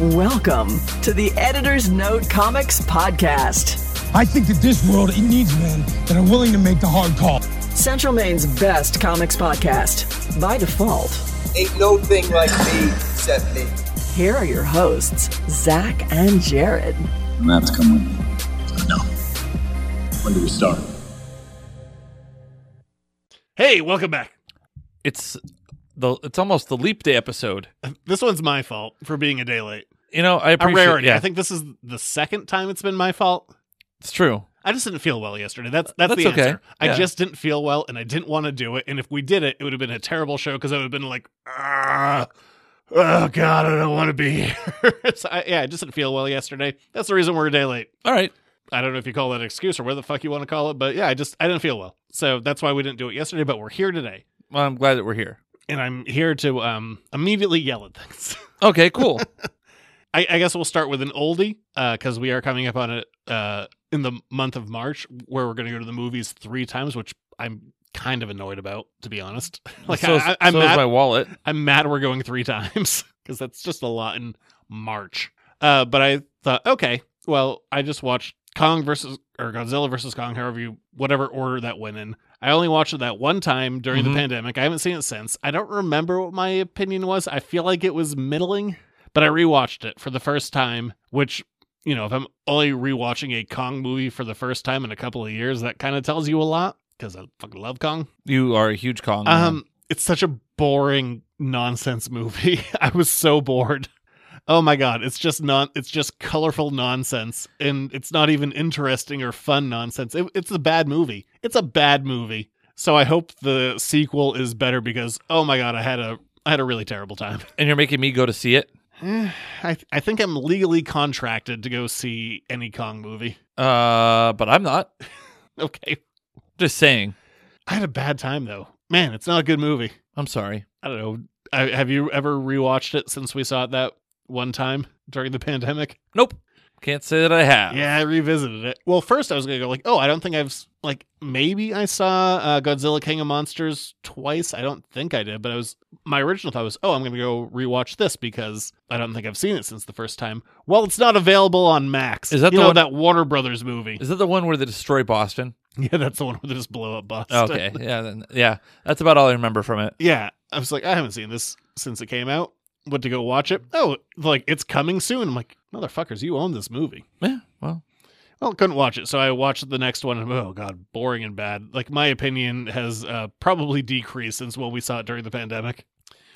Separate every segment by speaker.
Speaker 1: Welcome to the Editor's Note Comics Podcast,
Speaker 2: I think that this world it needs men that are willing to make the hard call.
Speaker 1: Central Maine's best comics podcast. By default,
Speaker 3: Ain't no thing like me, except me.
Speaker 1: here are your hosts, Zach and Jared.
Speaker 4: Maps come with me. No. When do we start?
Speaker 5: Hey, welcome back.
Speaker 6: it's the it's almost the leap day episode.
Speaker 5: This one's my fault for being a day late.
Speaker 6: You know, I
Speaker 5: A
Speaker 6: appreciate.
Speaker 5: rarity.
Speaker 6: Yeah,
Speaker 5: I think this is the second time it's been my fault.
Speaker 6: it's true.
Speaker 5: I just didn't feel well yesterday. That's that's,
Speaker 6: That's
Speaker 5: the
Speaker 6: okay.
Speaker 5: answer. I
Speaker 6: Yeah.
Speaker 5: just didn't feel well, and I didn't want to do it. And if we did it, it would have been a terrible show because I would have been like, "Ah, oh god, I don't want to be here. so I, yeah, I just didn't feel well yesterday. That's the reason we're a day late.
Speaker 6: All right,
Speaker 5: I don't know if you call that an excuse or where the fuck you want to call it, but yeah, I just I didn't feel well, so that's why we didn't do it yesterday. But we're here today,
Speaker 6: well, I'm glad that we're here.
Speaker 5: and I'm here to um immediately yell at things.
Speaker 6: Okay, cool.
Speaker 5: I, I guess we'll start with an oldie because we are coming up on it uh, in the month of March, where we're going to go to the movies three times, which I'm kind of annoyed about, to be honest. like
Speaker 6: so,
Speaker 5: I, I, am
Speaker 6: so is
Speaker 5: mad.
Speaker 6: my wallet.
Speaker 5: I'm mad we're going three times because that's just a lot in March. Uh, but I thought, okay, well, I just watched Kong versus or Godzilla versus Kong, however you whatever order that went in. I only watched it that one time during
Speaker 6: Mhm.
Speaker 5: the pandemic. I haven't seen it since. I don't remember what my opinion was. I feel like it was middling, but I rewatched it for the first time, which you know, if I'm only rewatching a Kong movie for the first time in a couple of years, that kind of tells you a lot because I fucking love Kong.
Speaker 6: You are a huge Kong. man.
Speaker 5: Um, it's such a boring nonsense movie. I was so bored. Oh my god, it's just non it's just colorful nonsense and it's not even interesting or fun nonsense. It, it's a bad movie. It's a bad movie. So I hope the sequel is better because oh my god, I had a I had a really terrible time.
Speaker 6: and you're making me go to see it.
Speaker 5: Eh, I I think I'm legally contracted to go see any Kong movie.
Speaker 6: Uh, but I'm not.
Speaker 5: Okay.
Speaker 6: Just saying.
Speaker 5: I had a bad time though. Man, it's not a good movie.
Speaker 6: I'm sorry.
Speaker 5: I don't know. I, have you ever rewatched it since we saw it that one time during the pandemic?
Speaker 6: Nope. Can't say that I have.
Speaker 5: Yeah, I revisited it. Well, first I was gonna go like, oh, I don't think I've s- like maybe I saw uh, Godzilla King of Monsters twice. I don't think I did, but I was my original thought was, oh, I'm gonna go rewatch this because I don't think I've seen it since the first time. Well, it's not available on Max.
Speaker 6: Is that
Speaker 5: You
Speaker 6: the
Speaker 5: know,
Speaker 6: one-
Speaker 5: that Warner Brothers movie?
Speaker 6: Is that the one where they destroy Boston?
Speaker 5: yeah, that's the one where they just blow up Boston.
Speaker 6: Okay. yeah. Then, yeah. That's about all I remember from it.
Speaker 5: yeah i was like i haven't seen this since it came out went to go watch it oh like it's coming soon i'm like motherfuckers you own this movie
Speaker 6: Yeah. Well.
Speaker 5: well couldn't watch it so i watched the next one and oh god boring and bad like my opinion has uh, probably decreased since when we saw it during the pandemic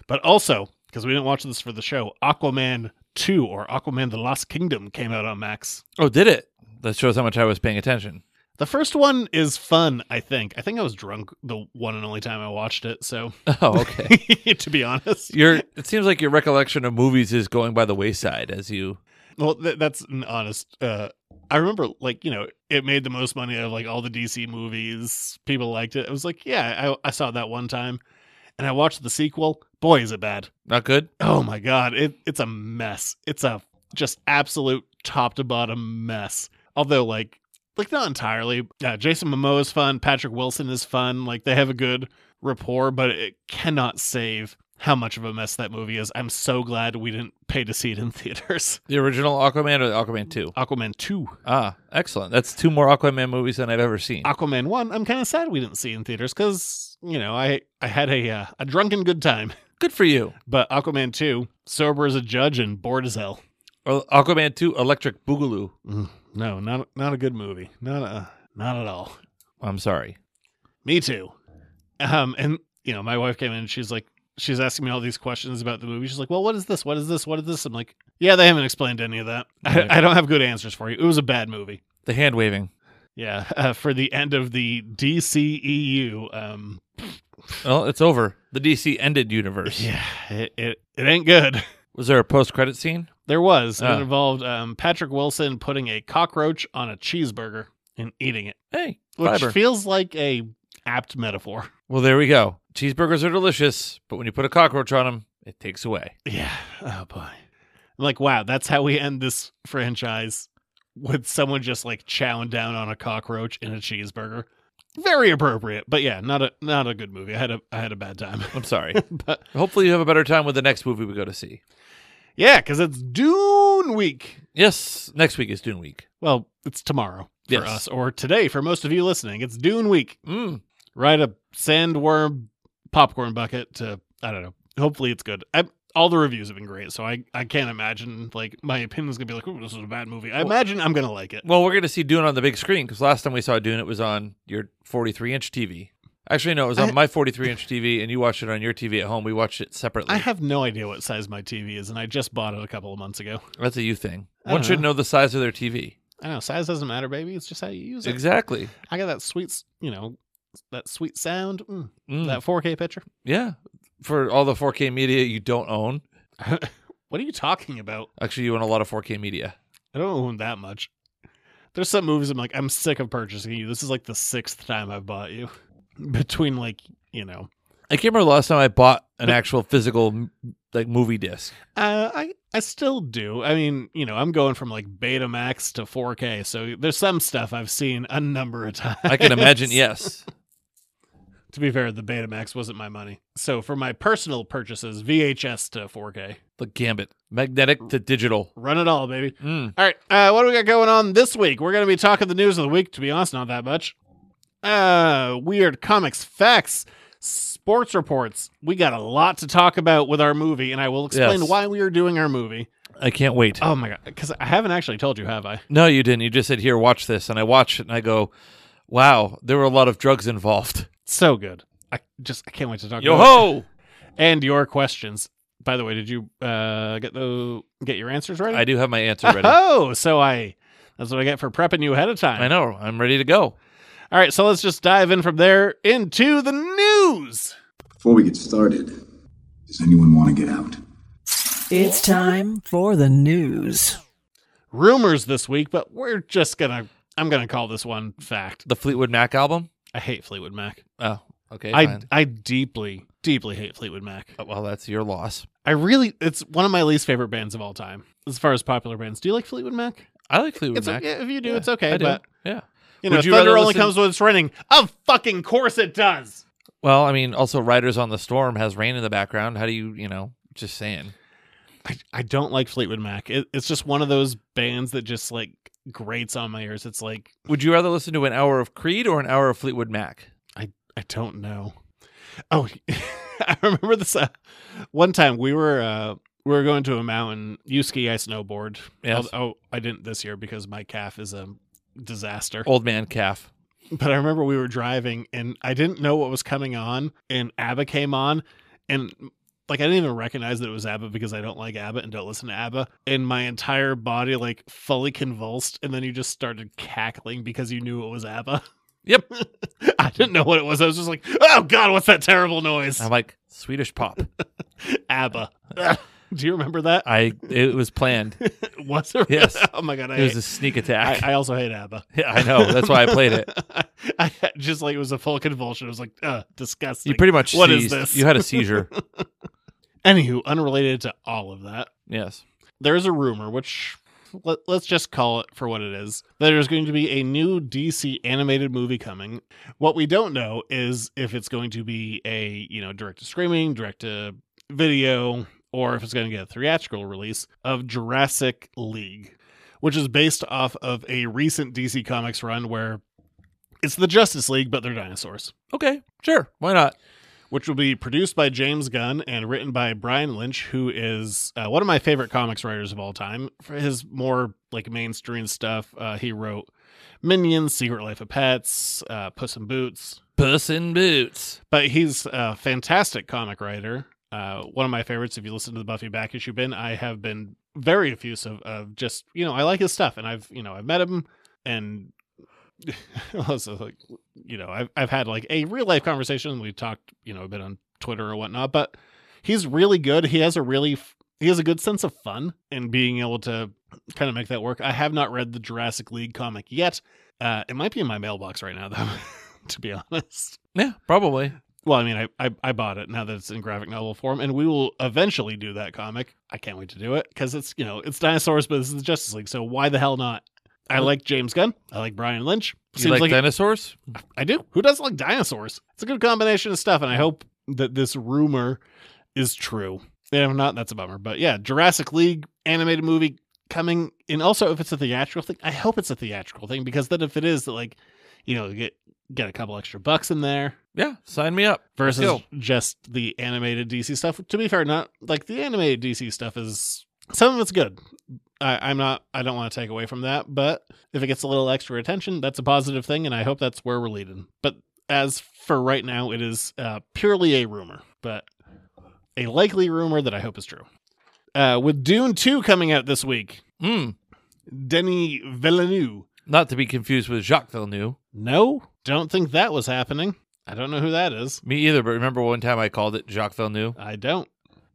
Speaker 5: but also because we didn't watch this for the show aquaman 2 or aquaman the lost kingdom came out on max
Speaker 6: Oh, did it? That shows how much I was paying attention.
Speaker 5: the first one is fun i think i think i was drunk the one and only time i watched it so
Speaker 6: Oh, okay.
Speaker 5: to be honest
Speaker 6: your it seems like your recollection of movies is going by the wayside as you
Speaker 5: Well, th- that's an honest. Uh, I remember, like you know, it made the most money out of like all the DC movies. People liked it. It was like, yeah, I, I saw it that one time, and I watched the sequel. Boy, is it bad!
Speaker 6: not good.
Speaker 5: Oh my god, it it's a mess. It's a just absolute top to bottom mess. Although, like, like not entirely. Uh, Jason Momoa is fun. Patrick Wilson is fun. Like they have a good rapport, but it cannot save how much of a mess that movie is. I'm so glad we didn't pay to see it in theaters.
Speaker 6: The original Aquaman or the Aquaman 2?
Speaker 5: Aquaman 2.
Speaker 6: Ah, excellent. That's two more Aquaman movies than I've ever seen.
Speaker 5: Aquaman 1, I'm kind of sad we didn't see in theaters cuz, you know, I I had a uh, a drunken good time.
Speaker 6: Good for you.
Speaker 5: But Aquaman 2, sober as a judge and bored as hell.
Speaker 6: Or Aquaman 2 Electric Boogaloo.
Speaker 5: Mm, No, not not a good movie. Not a not at all.
Speaker 6: I'm sorry.
Speaker 5: Me too. Um and you know, my wife came in and she's like she's asking me all these questions about the movie. She's like, "Well, what is this? What is this? What is this?" I'm like, "Yeah, they haven't explained any of that.
Speaker 6: Right.
Speaker 5: I, I don't have good answers for you. It was a bad movie."
Speaker 6: The hand waving.
Speaker 5: Yeah, uh, for the end of the DCEU um
Speaker 6: Well, it's over. The DC ended universe.
Speaker 5: Yeah, it, it, it ain't good.
Speaker 6: Was there a post credit scene?
Speaker 5: There was.
Speaker 6: Ah.
Speaker 5: It involved um, Patrick Wilson putting a cockroach on a cheeseburger and eating it,
Speaker 6: Hey,
Speaker 5: which
Speaker 6: fiber.
Speaker 5: feels like a apt metaphor.
Speaker 6: well, there we go. Cheeseburgers are delicious, but when you put a cockroach on them, it takes away.
Speaker 5: Yeah. Oh boy. I'm like, wow, that's how we end this franchise with someone just like chowing down on a cockroach in a cheeseburger. Very appropriate, but yeah, not a not a good movie. I had a I had a bad time.
Speaker 6: I'm sorry.
Speaker 5: But
Speaker 6: Hopefully, you have a better time with the next movie we go to see.
Speaker 5: Yeah, because it's Dune Week.
Speaker 6: Yes, next week is Dune Week.
Speaker 5: Well, it's tomorrow for
Speaker 6: Yes.
Speaker 5: us, or today for most of you listening. It's Dune Week.
Speaker 6: Mm.
Speaker 5: Ride a sandworm popcorn bucket to I don't know. Hopefully, it's good. I, all the reviews have been great, so I I can't imagine like my opinion's gonna be like, "Ooh, this is a bad movie." I imagine I'm gonna like it.
Speaker 6: Well, we're going to see Dune on the big screen because last time we saw Dune, it was on your 43 inch TV. Actually, no, it was on
Speaker 5: I-
Speaker 6: my 43 inch TV, and you watched it on your TV at home. We watched it separately.
Speaker 5: I have no idea what size my TV is, and I just bought it a couple of months ago.
Speaker 6: That's a you thing.
Speaker 5: I
Speaker 6: One
Speaker 5: don't
Speaker 6: should know the size of their TV.
Speaker 5: I don't know size doesn't matter, baby. It's just how you use it.
Speaker 6: Exactly.
Speaker 5: I got that sweet, s- you know, that sweet sound, mm,
Speaker 6: Mm.
Speaker 5: that 4K picture.
Speaker 6: Yeah. For all the 4K media you don't own.
Speaker 5: What are you talking about?
Speaker 6: Actually, you own a lot of 4K media.
Speaker 5: I don't own that much. There's some movies I'm like, I'm sick of purchasing you. This is like the sixth time I've bought you. Between like, you know,
Speaker 6: I can't remember the last time I bought an actual physical m- like movie disc.
Speaker 5: uh, I I still do. I mean, you know, I'm going from like Betamax to 4K, so there's some stuff I've seen a number of times.
Speaker 6: I can imagine, yes.
Speaker 5: To be fair, the Betamax wasn't my money. So for my personal purchases, VHS to 4K,
Speaker 6: The gambit. Magnetic to digital.
Speaker 5: run it all, baby.
Speaker 6: Mm.
Speaker 5: All right, uh, what do we got going on this week? We're going to be talking the news of the week. To be honest, not that much. Uh, weird comics, facts, sports reports. We got a lot to talk about with our movie, and I will explain
Speaker 6: Yes.
Speaker 5: why we are doing our movie.
Speaker 6: I can't wait.
Speaker 5: Oh my god, because I haven't actually told you, have I?
Speaker 6: No, you didn't. You just said, here, watch this. And I watch it and I go, wow, there were a lot of drugs involved.
Speaker 5: So good. I just I can't wait to talk.
Speaker 6: Yo
Speaker 5: about it.
Speaker 6: ho!
Speaker 5: And your questions. By the way, did you uh, get the get your answers ready?
Speaker 6: I do have my answer ready.
Speaker 5: Oh, so I. That's what I get for prepping you ahead of time.
Speaker 6: I know. I'm ready to go.
Speaker 5: All right, so let's just dive in from there into the news.
Speaker 4: Before we get started, does anyone want to get out?
Speaker 1: It's time for the news.
Speaker 5: rumors this week, but we're just gonna. I'm gonna call this one fact.
Speaker 6: The Fleetwood Mac album?
Speaker 5: I hate Fleetwood Mac.
Speaker 6: Oh, okay.
Speaker 5: I
Speaker 6: fine.
Speaker 5: I deeply deeply hate Fleetwood Mac.
Speaker 6: Oh, well, that's your loss.
Speaker 5: I really it's one of my least favorite bands of all time as far as popular bands. Do you like Fleetwood Mac?
Speaker 6: I like Fleetwood
Speaker 5: It's
Speaker 6: Mac.
Speaker 5: okay, if you do,
Speaker 6: Yeah,
Speaker 5: it's okay.
Speaker 6: I do.
Speaker 5: But
Speaker 6: yeah.
Speaker 5: you know,
Speaker 6: Would you
Speaker 5: thunder
Speaker 6: rather
Speaker 5: only
Speaker 6: listen-
Speaker 5: comes when it's raining. Of fucking course it does.
Speaker 6: Well, I mean, also Riders on the Storm has rain in the background. How do you, you know, just saying.
Speaker 5: I, I don't like Fleetwood Mac. It, it's just one of those bands that just like grates on my ears. It's like
Speaker 6: Would you rather listen to an hour of Creed or an hour of Fleetwood Mac?
Speaker 5: I don't know. Oh, I remember this uh, one time we were uh, we were going to a mountain. You ski, I snowboard.
Speaker 6: Yes.
Speaker 5: Oh, oh, I didn't this year because my calf is a disaster.
Speaker 6: Old man calf.
Speaker 5: But I remember we were driving and I didn't know what was coming on, and ABBA came on, and like I didn't even recognize that it was ABBA because I don't like ABBA and don't listen to ABBA, and my entire body like fully convulsed, and then you just started cackling because you knew it was ABBA.
Speaker 6: Yep.
Speaker 5: I didn't know what it was. I was just like, oh god, what's that terrible noise?
Speaker 6: I'm like Swedish pop.
Speaker 5: ABBA. Do you remember that?
Speaker 6: I it was planned. It
Speaker 5: was it?
Speaker 6: Yes.
Speaker 5: oh my god, I,
Speaker 6: was
Speaker 5: hate-
Speaker 6: a sneak
Speaker 5: I,
Speaker 6: attack.
Speaker 5: I also hate ABBA.
Speaker 6: Yeah, I know. That's why I played it.
Speaker 5: I had- just like it was a full convulsion. I was like, uh, disgusting.
Speaker 6: You pretty much
Speaker 5: What is
Speaker 6: seized.
Speaker 5: this?
Speaker 6: You had a seizure.
Speaker 5: Anywho, unrelated to all of that,
Speaker 6: yes.
Speaker 5: there is a rumor, which let, let's just call it for what it is, that there's going to be a new DC animated movie coming. What we don't know is if it's going to be a you know direct to streaming, direct to video, or if it's going to get a theatrical release of Jurassic League, which is based off of a recent DC Comics run where it's the Justice League, but they're dinosaurs
Speaker 6: Okay. Sure. Why not?
Speaker 5: which will be produced by James Gunn and written by Brian Lynch, who is uh, one of my favorite comics writers of all time. For his more like mainstream stuff, uh, he wrote Minions, Secret Life of Pets, uh, Puss in Boots.
Speaker 6: Puss in Boots.
Speaker 5: But he's a fantastic comic writer. Uh, one of my favorites. If you listen to the Buffy back issue bin, I have been very effusive of just you know I like his stuff, and I've you know I've met him and also like you know I've I've had like a real life conversation. We talked you know a bit on Twitter or whatnot, but he's really good. He has a really f- he has a good sense of fun and being able to kind of make that work. I have not read the Jurassic League comic yet. Uh, it might be in my mailbox right now though, to be honest
Speaker 6: Yeah, probably.
Speaker 5: well, I mean, I, I I bought it now that it's in graphic novel form, and we will eventually do that comic. I can't wait to do it because it's you know it's dinosaurs, but this is the Justice League, so why the hell not? I like James Gunn. I like Brian Lynch.
Speaker 6: You
Speaker 5: Seems
Speaker 6: like,
Speaker 5: like
Speaker 6: dinosaurs?
Speaker 5: I do. Who doesn't like dinosaurs? It's a good combination of stuff, and I hope that this rumor is true. Yeah, if not, that's a bummer. But yeah, Jurassic League animated movie coming. And also, if it's a theatrical thing, I hope it's a theatrical thing because then if it is, like, you know, get get a couple extra bucks in there
Speaker 6: Yeah, sign me up.
Speaker 5: versus
Speaker 6: Cool.
Speaker 5: just the animated DC stuff. To be fair, not like the animated DC stuff is some of it's good. I, I'm not. I don't want to take away from that, but if it gets a little extra attention, that's a positive thing, and I hope that's where we're leading. But as for right now, it is uh, purely a rumor, but a likely rumor that I hope is true. Uh, with Dune 2 coming out this week,
Speaker 6: Mm,
Speaker 5: Denny Villeneuve.
Speaker 6: not to be confused with Jacques Villeneuve.
Speaker 5: No, don't think that was happening. I don't know who that is.
Speaker 6: Me either, but remember one time I called it Jacques Villeneuve?
Speaker 5: I don't.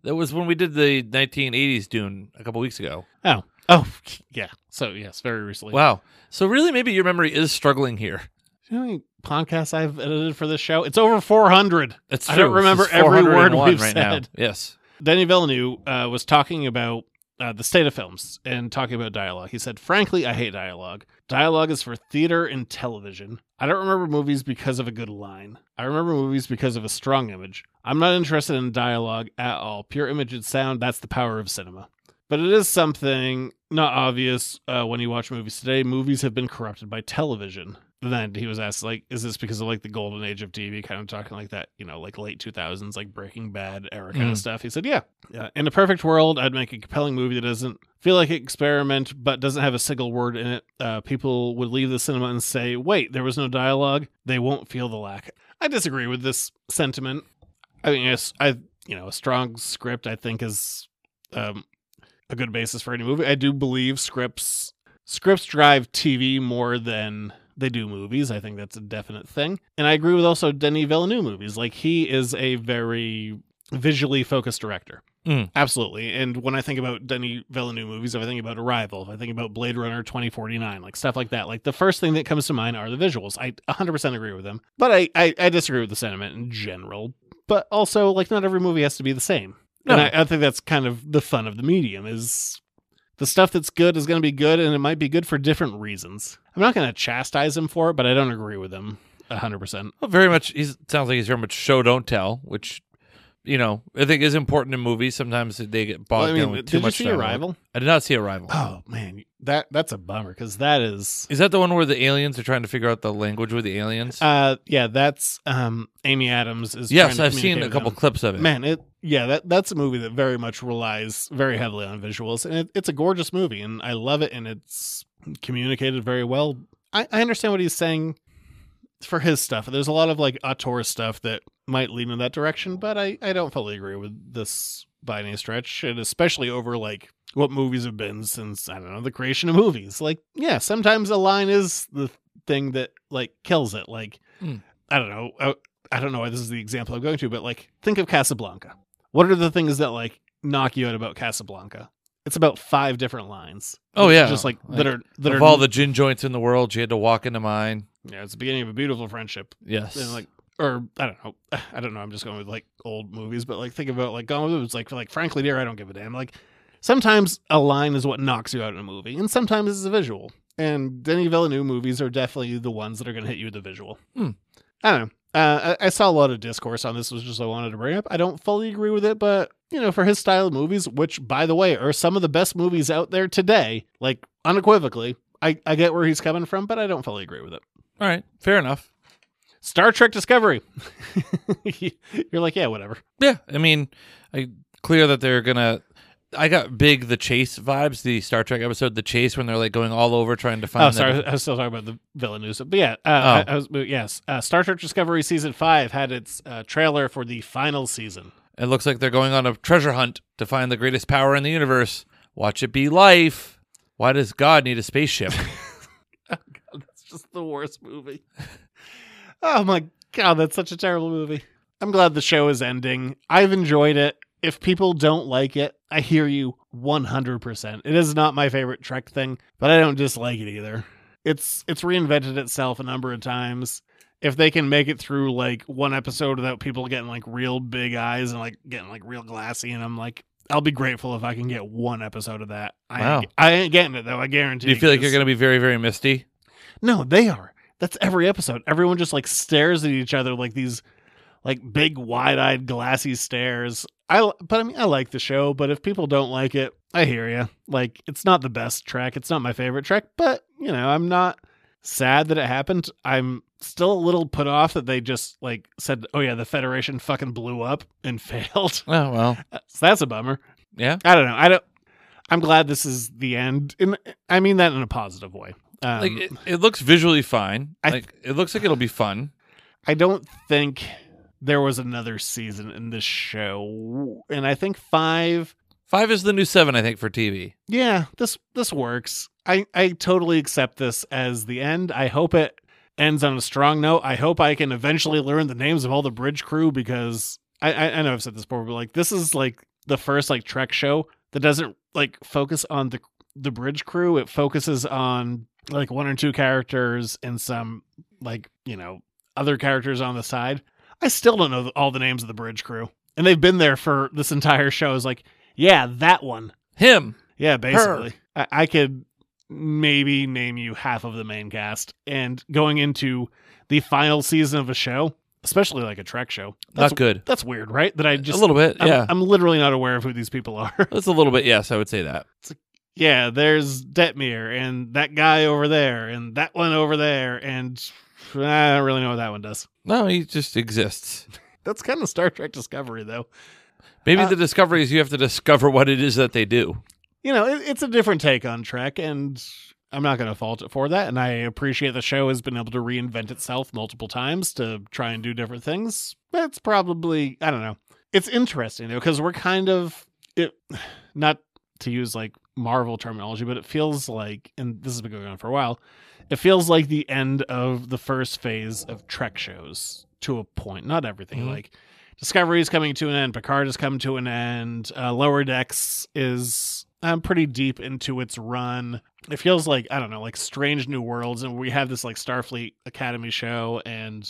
Speaker 6: That was when we did the 1980s Dune a couple weeks ago.
Speaker 5: Oh. Oh, yeah. So, yes, very recently.
Speaker 6: Wow. So really, maybe your memory is struggling here.
Speaker 5: Do you know how many podcasts I've edited for this show? It's over 400.
Speaker 6: That's
Speaker 5: I don't
Speaker 6: true.
Speaker 5: remember
Speaker 6: This is
Speaker 5: every word
Speaker 6: 401
Speaker 5: we've
Speaker 6: right
Speaker 5: said.
Speaker 6: now. Yes.
Speaker 5: Denny Villeneuve uh, was talking about uh, the state of films and talking about dialogue. He said, Frankly, I hate dialogue. Dialogue is for theater and television. I don't remember movies because of a good line. I remember movies because of a strong image. I'm not interested in dialogue at all. Pure image and sound, that's the power of cinema. But it is something not obvious uh, when you watch movies today. Movies have been corrupted by television. And then he was asked, like, is this because of like the golden age of TV? Kind of talking like that, you know, like late 2000s, like Breaking Bad era kind of
Speaker 6: Mm.
Speaker 5: stuff. He said, yeah. yeah. In a perfect world, I'd make a compelling movie that doesn't feel like an experiment, but doesn't have a single word in it. Uh, people would leave the cinema and say, wait, there was no dialogue. They won't feel the lack. I disagree with this sentiment. I mean, yes, I you know a strong script I think is um, a good basis for any movie. I do believe scripts scripts drive TV more than they do movies. I think that's a definite thing, and I agree with also Denis Villeneuve movies. Like he is a very visually focused director.
Speaker 6: Mm.
Speaker 5: Absolutely. And when I think about Denis Villeneuve movies, if I think about Arrival, if I think about Blade Runner 2049, like stuff like that, like the first thing that comes to mind are the visuals. I 100% agree with them, but I, I, I disagree with the sentiment in general. But also, like, not every movie has to be the same. And
Speaker 6: No.
Speaker 5: I, I think that's kind of the fun of the medium is the stuff that's good is going to be good, and it might be good for different reasons. I'm not going to chastise him for it, but I don't agree with him 100%.
Speaker 6: Well, very much. He sounds like he's very much show don't tell, which you know I think is important in movies. Sometimes they get bogged
Speaker 5: Well, I
Speaker 6: down
Speaker 5: mean,
Speaker 6: with Oh, too
Speaker 5: did you
Speaker 6: much.
Speaker 5: see
Speaker 6: dialogue.
Speaker 5: Arrival?
Speaker 6: I did not see Arrival.
Speaker 5: Oh, man. that That's a bummer because that is.
Speaker 6: Is that the one where the aliens are trying to figure out the language with the aliens?
Speaker 5: Uh, yeah, that's um Amy Adams is. trying
Speaker 6: yes,
Speaker 5: to
Speaker 6: I've seen
Speaker 5: communicate
Speaker 6: a
Speaker 5: with
Speaker 6: couple
Speaker 5: them.
Speaker 6: clips of it.
Speaker 5: Man, it yeah that that's a movie that very much relies very heavily on visuals, and it, it's a gorgeous movie, and I love it, and it's communicated very well. I, I understand what he's saying for his stuff. There's a lot of like auteur stuff that might lean in that direction, but I I don't fully agree with this by any stretch, and especially over like what movies have been since I don't know the creation of movies. Like yeah, sometimes a line is the thing that like kills it. Like
Speaker 6: Mm.
Speaker 5: I don't know. I, I don't know why this is the example I'm going to, but like think of Casablanca. What are the things that like knock you out about Casablanca? It's about five different lines.
Speaker 6: Oh, yeah.
Speaker 5: just like,
Speaker 6: Like,
Speaker 5: that are that
Speaker 6: of
Speaker 5: are
Speaker 6: all the gin joints in the world, you had to walk into mine.
Speaker 5: yeah. It's the beginning of a beautiful friendship.
Speaker 6: Yes,
Speaker 5: And like or I don't know. I don't know. I'm just going with like old movies, but like think about like Gone with the Wind. Like like frankly, dear, I don't give a damn. Like sometimes a line is what knocks you out in a movie, and sometimes it's a visual. And Denis Villeneuve movies are definitely the ones that are going to hit you with the visual.
Speaker 6: Hmm.
Speaker 5: I don't know. Uh, I, I saw a lot of discourse on this, which is what I wanted to bring up. I don't fully agree with it, but you know, for his style of movies, which by the way are some of the best movies out there today, like unequivocally, I, I get where he's coming from, but I don't fully agree with it.
Speaker 6: all right, fair enough.
Speaker 5: Star Trek Discovery. You're like, yeah, whatever.
Speaker 6: Yeah, I mean, I clear that they're gonna. I got big the chase vibes, the Star Trek episode, the chase when they're like going all over trying to find.
Speaker 5: Oh,
Speaker 6: the-
Speaker 5: sorry, I was still talking about the villain news, but yeah, uh,
Speaker 6: Oh.
Speaker 5: I, I was, yes, uh, Star Trek Discovery season five had its uh, trailer for the final season.
Speaker 6: It looks like they're going on a treasure hunt to find the greatest power in the universe. Watch it be life. Why does God need a spaceship?
Speaker 5: That's just the worst movie. oh my god, that's such a terrible movie. I'm glad the show is ending. I've enjoyed it. If people don't like it, I hear you 100%. It is not my favorite Trek thing, but I don't dislike it either. It's it's reinvented itself a number of times. If they can make it through like one episode without people getting like real big eyes and like getting like real glassy and I'm like I'll be grateful if I can get one episode of that. I,
Speaker 6: Wow.
Speaker 5: ain't, I ain't getting it though. I guarantee.
Speaker 6: Do you feel like you're
Speaker 5: 'cause-
Speaker 6: going to be very, very misty?
Speaker 5: no, they are. That's every episode. Everyone just like stares at each other like these like big wide-eyed glassy stares. I l- but I mean I like the show, but if people don't like it, I hear you. Like it's not the best track, it's not my favorite track, but you know, I'm not sad that it happened. I'm still a little put off that they just like said, "Oh yeah, the Federation fucking blew up and failed."
Speaker 6: Oh well,
Speaker 5: so that's a bummer.
Speaker 6: yeah.
Speaker 5: I don't know. I don't I'm glad this is the end. And I mean that in a positive way. Um,
Speaker 6: like it, it looks visually fine.
Speaker 5: I-
Speaker 6: like it looks like it'll be fun.
Speaker 5: I don't think there was another season in this show. And I think 5
Speaker 6: Five is the new seven, I think, for TV.
Speaker 5: yeah this this works i i totally accept this as the end i hope it ends on a strong note i hope i can eventually learn the names of all the bridge crew because i i, I know i've said this before but like this is like the first like trek show that doesn't like focus on the the bridge crew it focuses on like one or two characters and some like you know other characters on the side i still don't know all the names of the bridge crew and they've been there for this entire show is like yeah that one
Speaker 6: Him.
Speaker 5: yeah, basically. I, I could maybe name you half of the main cast. And going into the final season of a show, especially like a Trek show, that's,
Speaker 6: Not good.
Speaker 5: that's weird, right? That I just
Speaker 6: a little bit.
Speaker 5: I'm,
Speaker 6: yeah.
Speaker 5: I'm literally not aware of who these people are.
Speaker 6: That's a little bit. Yes, I would say that.
Speaker 5: yeah, there's Detmir and that guy over there and that one over there. And I don't really know what that one does.
Speaker 6: No, he just exists.
Speaker 5: That's kind of Star Trek Discovery, though.
Speaker 6: Maybe
Speaker 5: Uh,
Speaker 6: the discovery is you have to discover what it is that they do.
Speaker 5: you know, it, it's a different take on Trek, and I'm not going to fault it for that. And I appreciate the show has been able to reinvent itself multiple times to try and do different things. But it's probably, I don't know. It's interesting, though, because we're kind of, it, not to use like Marvel terminology, but it feels like, and this has been going on for a while, it feels like the end of the first phase of Trek shows to a point. Not everything.
Speaker 6: Mhm.
Speaker 5: Like Discovery is coming to an end. Picard has come to an end. Uh, Lower Decks is um, pretty deep into its run. It feels like I don't know, like Strange New Worlds, and we have this like Starfleet Academy show and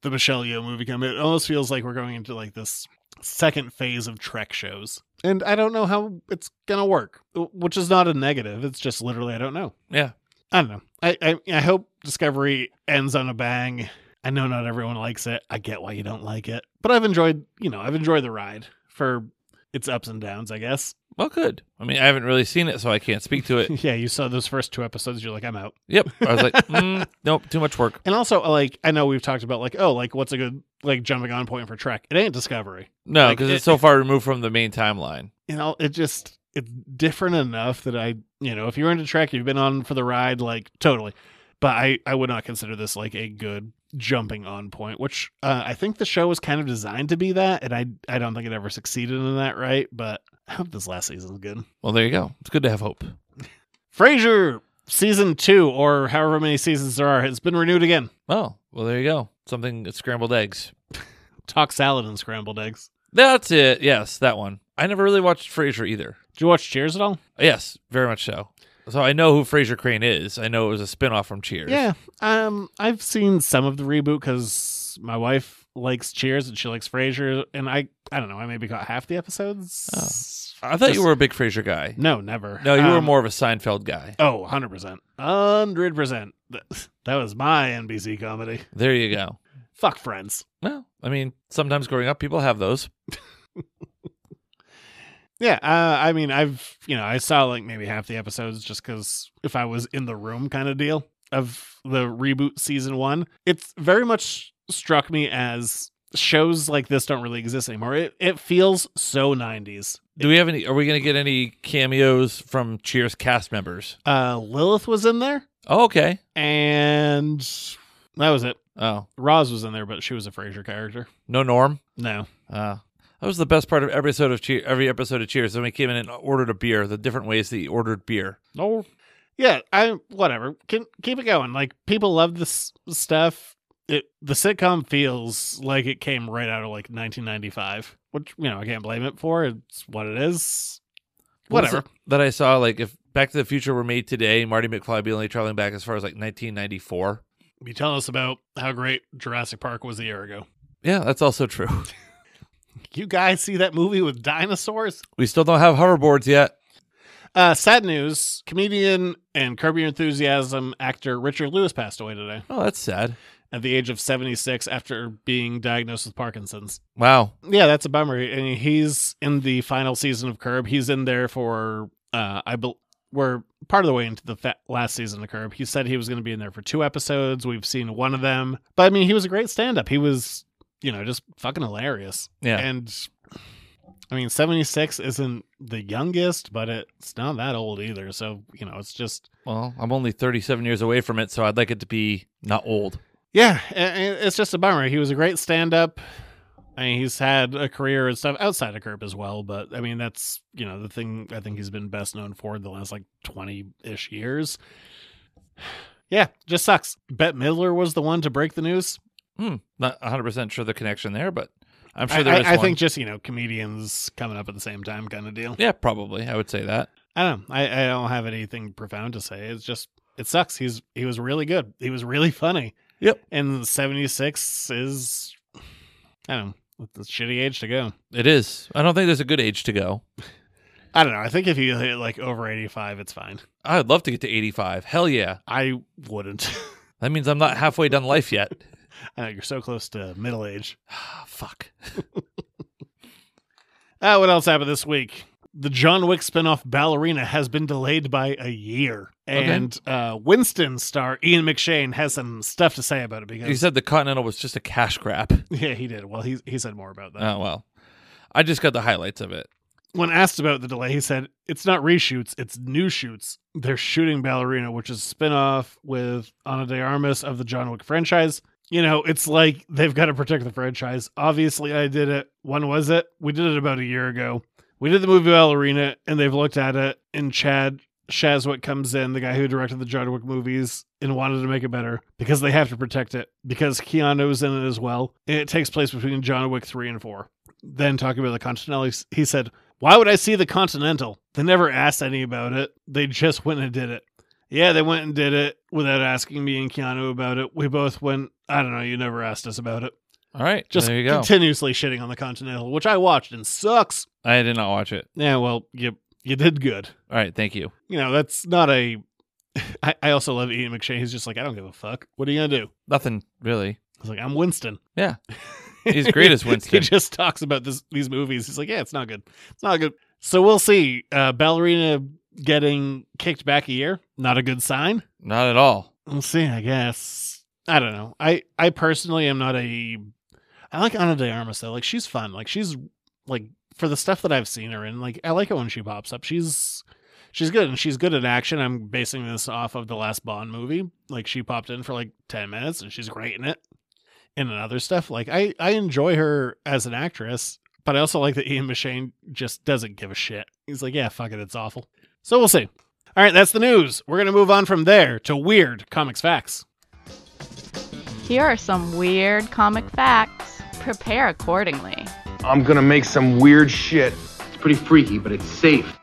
Speaker 5: the Michelle Yeoh movie coming. It almost feels like we're going into like this second phase of Trek shows. And I don't know how it's gonna work, which is not a negative. It's just literally I don't know.
Speaker 6: Yeah.
Speaker 5: I don't know. I, I I hope Discovery ends on a bang. I know not everyone likes it. I get why you don't like it, but I've enjoyed you know I've enjoyed the ride for its ups and downs. I guess.
Speaker 6: Well, good. I mean, I haven't really seen it, so I can't speak to it.
Speaker 5: yeah, you saw those first two episodes. You're like, I'm out.
Speaker 6: Yep. I was like, mm, nope, too much work.
Speaker 5: And also, like I know we've talked about like oh like what's a good like jumping on point for Trek? It ain't Discovery.
Speaker 6: No,
Speaker 5: Like,
Speaker 6: because
Speaker 5: it-
Speaker 6: it's so far removed from the main timeline.
Speaker 5: you know, it just it's different enough that I, you know, if you're into Trek, you've been on for the ride, like totally. But I, I would not consider this like a good jumping on point, which uh, I think the show was kind of designed to be that, and I, I don't think it ever succeeded in that, right? But I hope this last season's good.
Speaker 6: Well, there you go. It's good to have hope.
Speaker 5: Frasier season two, or however many seasons there are, has been renewed again.
Speaker 6: Oh, well, there you go. Something uh, scrambled eggs.
Speaker 5: Talk salad and scrambled eggs.
Speaker 6: That's it. Yes, that one. I never really watched Frasier either.
Speaker 5: Did you watch Cheers at all?
Speaker 6: Yes, very much so. So I know who Fraser Crane is. I know it was a spin off from Cheers.
Speaker 5: Yeah. Um, I've seen some of the reboot because my wife likes Cheers and she likes Frasier, and I, I don't know, I maybe got half the episodes.
Speaker 6: Oh. I thought
Speaker 5: Just-
Speaker 6: you were a big Fraser guy.
Speaker 5: No, never.
Speaker 6: No, you were
Speaker 5: Um,
Speaker 6: more of a Seinfeld guy.
Speaker 5: Oh, 100 percent, hundred percent. That was my NBC comedy.
Speaker 6: There you go.
Speaker 5: Fuck Friends.
Speaker 6: Well, I mean, sometimes growing up, people have those.
Speaker 5: Yeah. Uh, I mean, I've you know, I saw like maybe half the episodes just because if I was in the room, kind of deal of the reboot season one. It's very much struck me as shows like this don't really exist anymore. It it feels so 90s.
Speaker 6: Do we have any? Are we going to get any cameos from Cheers cast members?
Speaker 5: Uh, Lilith was in there,
Speaker 6: Oh, okay.
Speaker 5: and that was it.
Speaker 6: Oh,
Speaker 5: Roz was in there, but she was a Frasier character.
Speaker 6: no Norm.
Speaker 5: No,
Speaker 6: Uh, that was the best part of every episode of Cheer, every episode of Cheers. When we came in and ordered a beer, the different ways that he ordered beer.
Speaker 5: no. Yeah, I whatever. Can keep it going. Like people love this stuff. It the sitcom feels like it came right out of like 1995, which you know I can't blame it for. It's what it is.
Speaker 6: What was
Speaker 5: Whatever.
Speaker 6: it that I saw, like if Back to the Future were made today, Marty McFly would be only traveling back as far as like 1994.
Speaker 5: You tell us about how great Jurassic Park was a year ago.
Speaker 6: Yeah, that's also true.
Speaker 5: You guys see that movie with dinosaurs?
Speaker 6: We still don't have hoverboards yet.
Speaker 5: Uh, sad news: comedian and Curb Your Enthusiasm actor Richard Lewis passed away today.
Speaker 6: Oh, that's sad.
Speaker 5: at the age of 76 after being diagnosed with Parkinson's.
Speaker 6: Wow.
Speaker 5: Yeah, that's a bummer. And he's in the final season of Curb. He's in there for uh I bel we're part of the way into the fa- last season of Curb. He said he was going to be in there for two episodes. We've seen one of them. But I mean, he was a great stand-up. He was, you know, just fucking hilarious.
Speaker 6: Yeah.
Speaker 5: And I mean, 76 isn't the youngest, but it's not that old either. So, you know, it's just
Speaker 6: well, I'm only 37 years away from it, so I'd like it to be not old.
Speaker 5: Yeah, i- i- it's just a bummer. He was a great stand-up. I mean, he's had a career and stuff outside of Curb as well, but I mean, that's you know the thing I think he's been best known for the last like twenty-ish years. Yeah, just sucks. Bette Midler was the one to break the news.
Speaker 6: Hmm. Not 100% sure the connection there, but I'm
Speaker 5: I,
Speaker 6: sure there is
Speaker 5: I- I
Speaker 6: one.
Speaker 5: think just you know comedians coming up at the same time kind of deal.
Speaker 6: yeah, probably. I would say that.
Speaker 5: I don't. know. I, I don't have anything profound to say. It's just it sucks. He's he was really good. He was really funny.
Speaker 6: Yep.
Speaker 5: And seventy six is, I don't know, it's a shitty age to go.
Speaker 6: It is. I don't think there's a good age to go.
Speaker 5: I don't know. I think if you hit like over eighty five, it's fine.
Speaker 6: I'd love to get to 85. Hell yeah.
Speaker 5: I wouldn't.
Speaker 6: That means I'm not halfway done life yet.
Speaker 5: I know you're so close to middle age.
Speaker 6: Ah, fuck.
Speaker 5: Uh, what else happened this week? The John Wick spinoff Ballerina has been delayed by a year,
Speaker 6: Okay.
Speaker 5: and uh, Winston star Ian McShane has some stuff to say about it because
Speaker 6: He said the Continental was just a cash grab.
Speaker 5: yeah, he did. Well, he he said more about that.
Speaker 6: Oh, well. I just got the highlights of it.
Speaker 5: when asked about the delay, he said, It's not reshoots, it's new shoots. They're shooting Ballerina, which is a spin-off with Ana de Armas of the John Wick franchise. You know, it's like they've got to protect the franchise. Obviously, I did it. When was it? We did it about a year ago. We did the movie Ballerina, and they've looked at it, and Chad Shazwick comes in, the guy who directed the John Wick movies, and wanted to make it better because they have to protect it because Keanu's in it as well. And it takes place between John Wick 3 and 4. Then, talking about the Continental, he s- he said, Why would I see the Continental? They never asked any about it. They just went and did it. Yeah, they went and did it without asking me and Keanu about it. We both went, I don't know, you never asked us about it.
Speaker 6: All right.
Speaker 5: Just
Speaker 6: there you go.
Speaker 5: continuously shitting on the Continental, which I watched and sucks.
Speaker 6: I did not watch it.
Speaker 5: Yeah, well, you you did good
Speaker 6: All right. Thank you.
Speaker 5: you know, that's not a. I, I also love Ian McShane. He's just like, I don't give a fuck. What are you gonna do?
Speaker 6: Nothing really.
Speaker 5: He's like, I'm Winston.
Speaker 6: Yeah. He's great as
Speaker 5: he
Speaker 6: Winston.
Speaker 5: just talks about this these movies. He's like, yeah, it's not good. It's not good. So we'll see. Uh, Ballerina getting kicked back a year. Not a good sign.
Speaker 6: Not at all.
Speaker 5: We'll see. I guess. I don't know. I I personally am not a. I like Ana de Armas though. Like she's fun. Like she's like for the stuff that I've seen her in. Like I like it when she pops up. She's she's good and she's good at action. I'm basing this off of the last Bond movie. Like she popped in for like ten minutes and she's great in it. And in other stuff, like I I enjoy her as an actress, but I also like that Ian McShane just doesn't give a shit. He's like, yeah, fuck it, it's awful. So we'll see. All right, that's the news. We're going to move on from there to weird comics facts.
Speaker 7: Here are some weird comic facts. Prepare accordingly.
Speaker 8: I'm gonna make some weird shit. It's pretty freaky, but it's safe.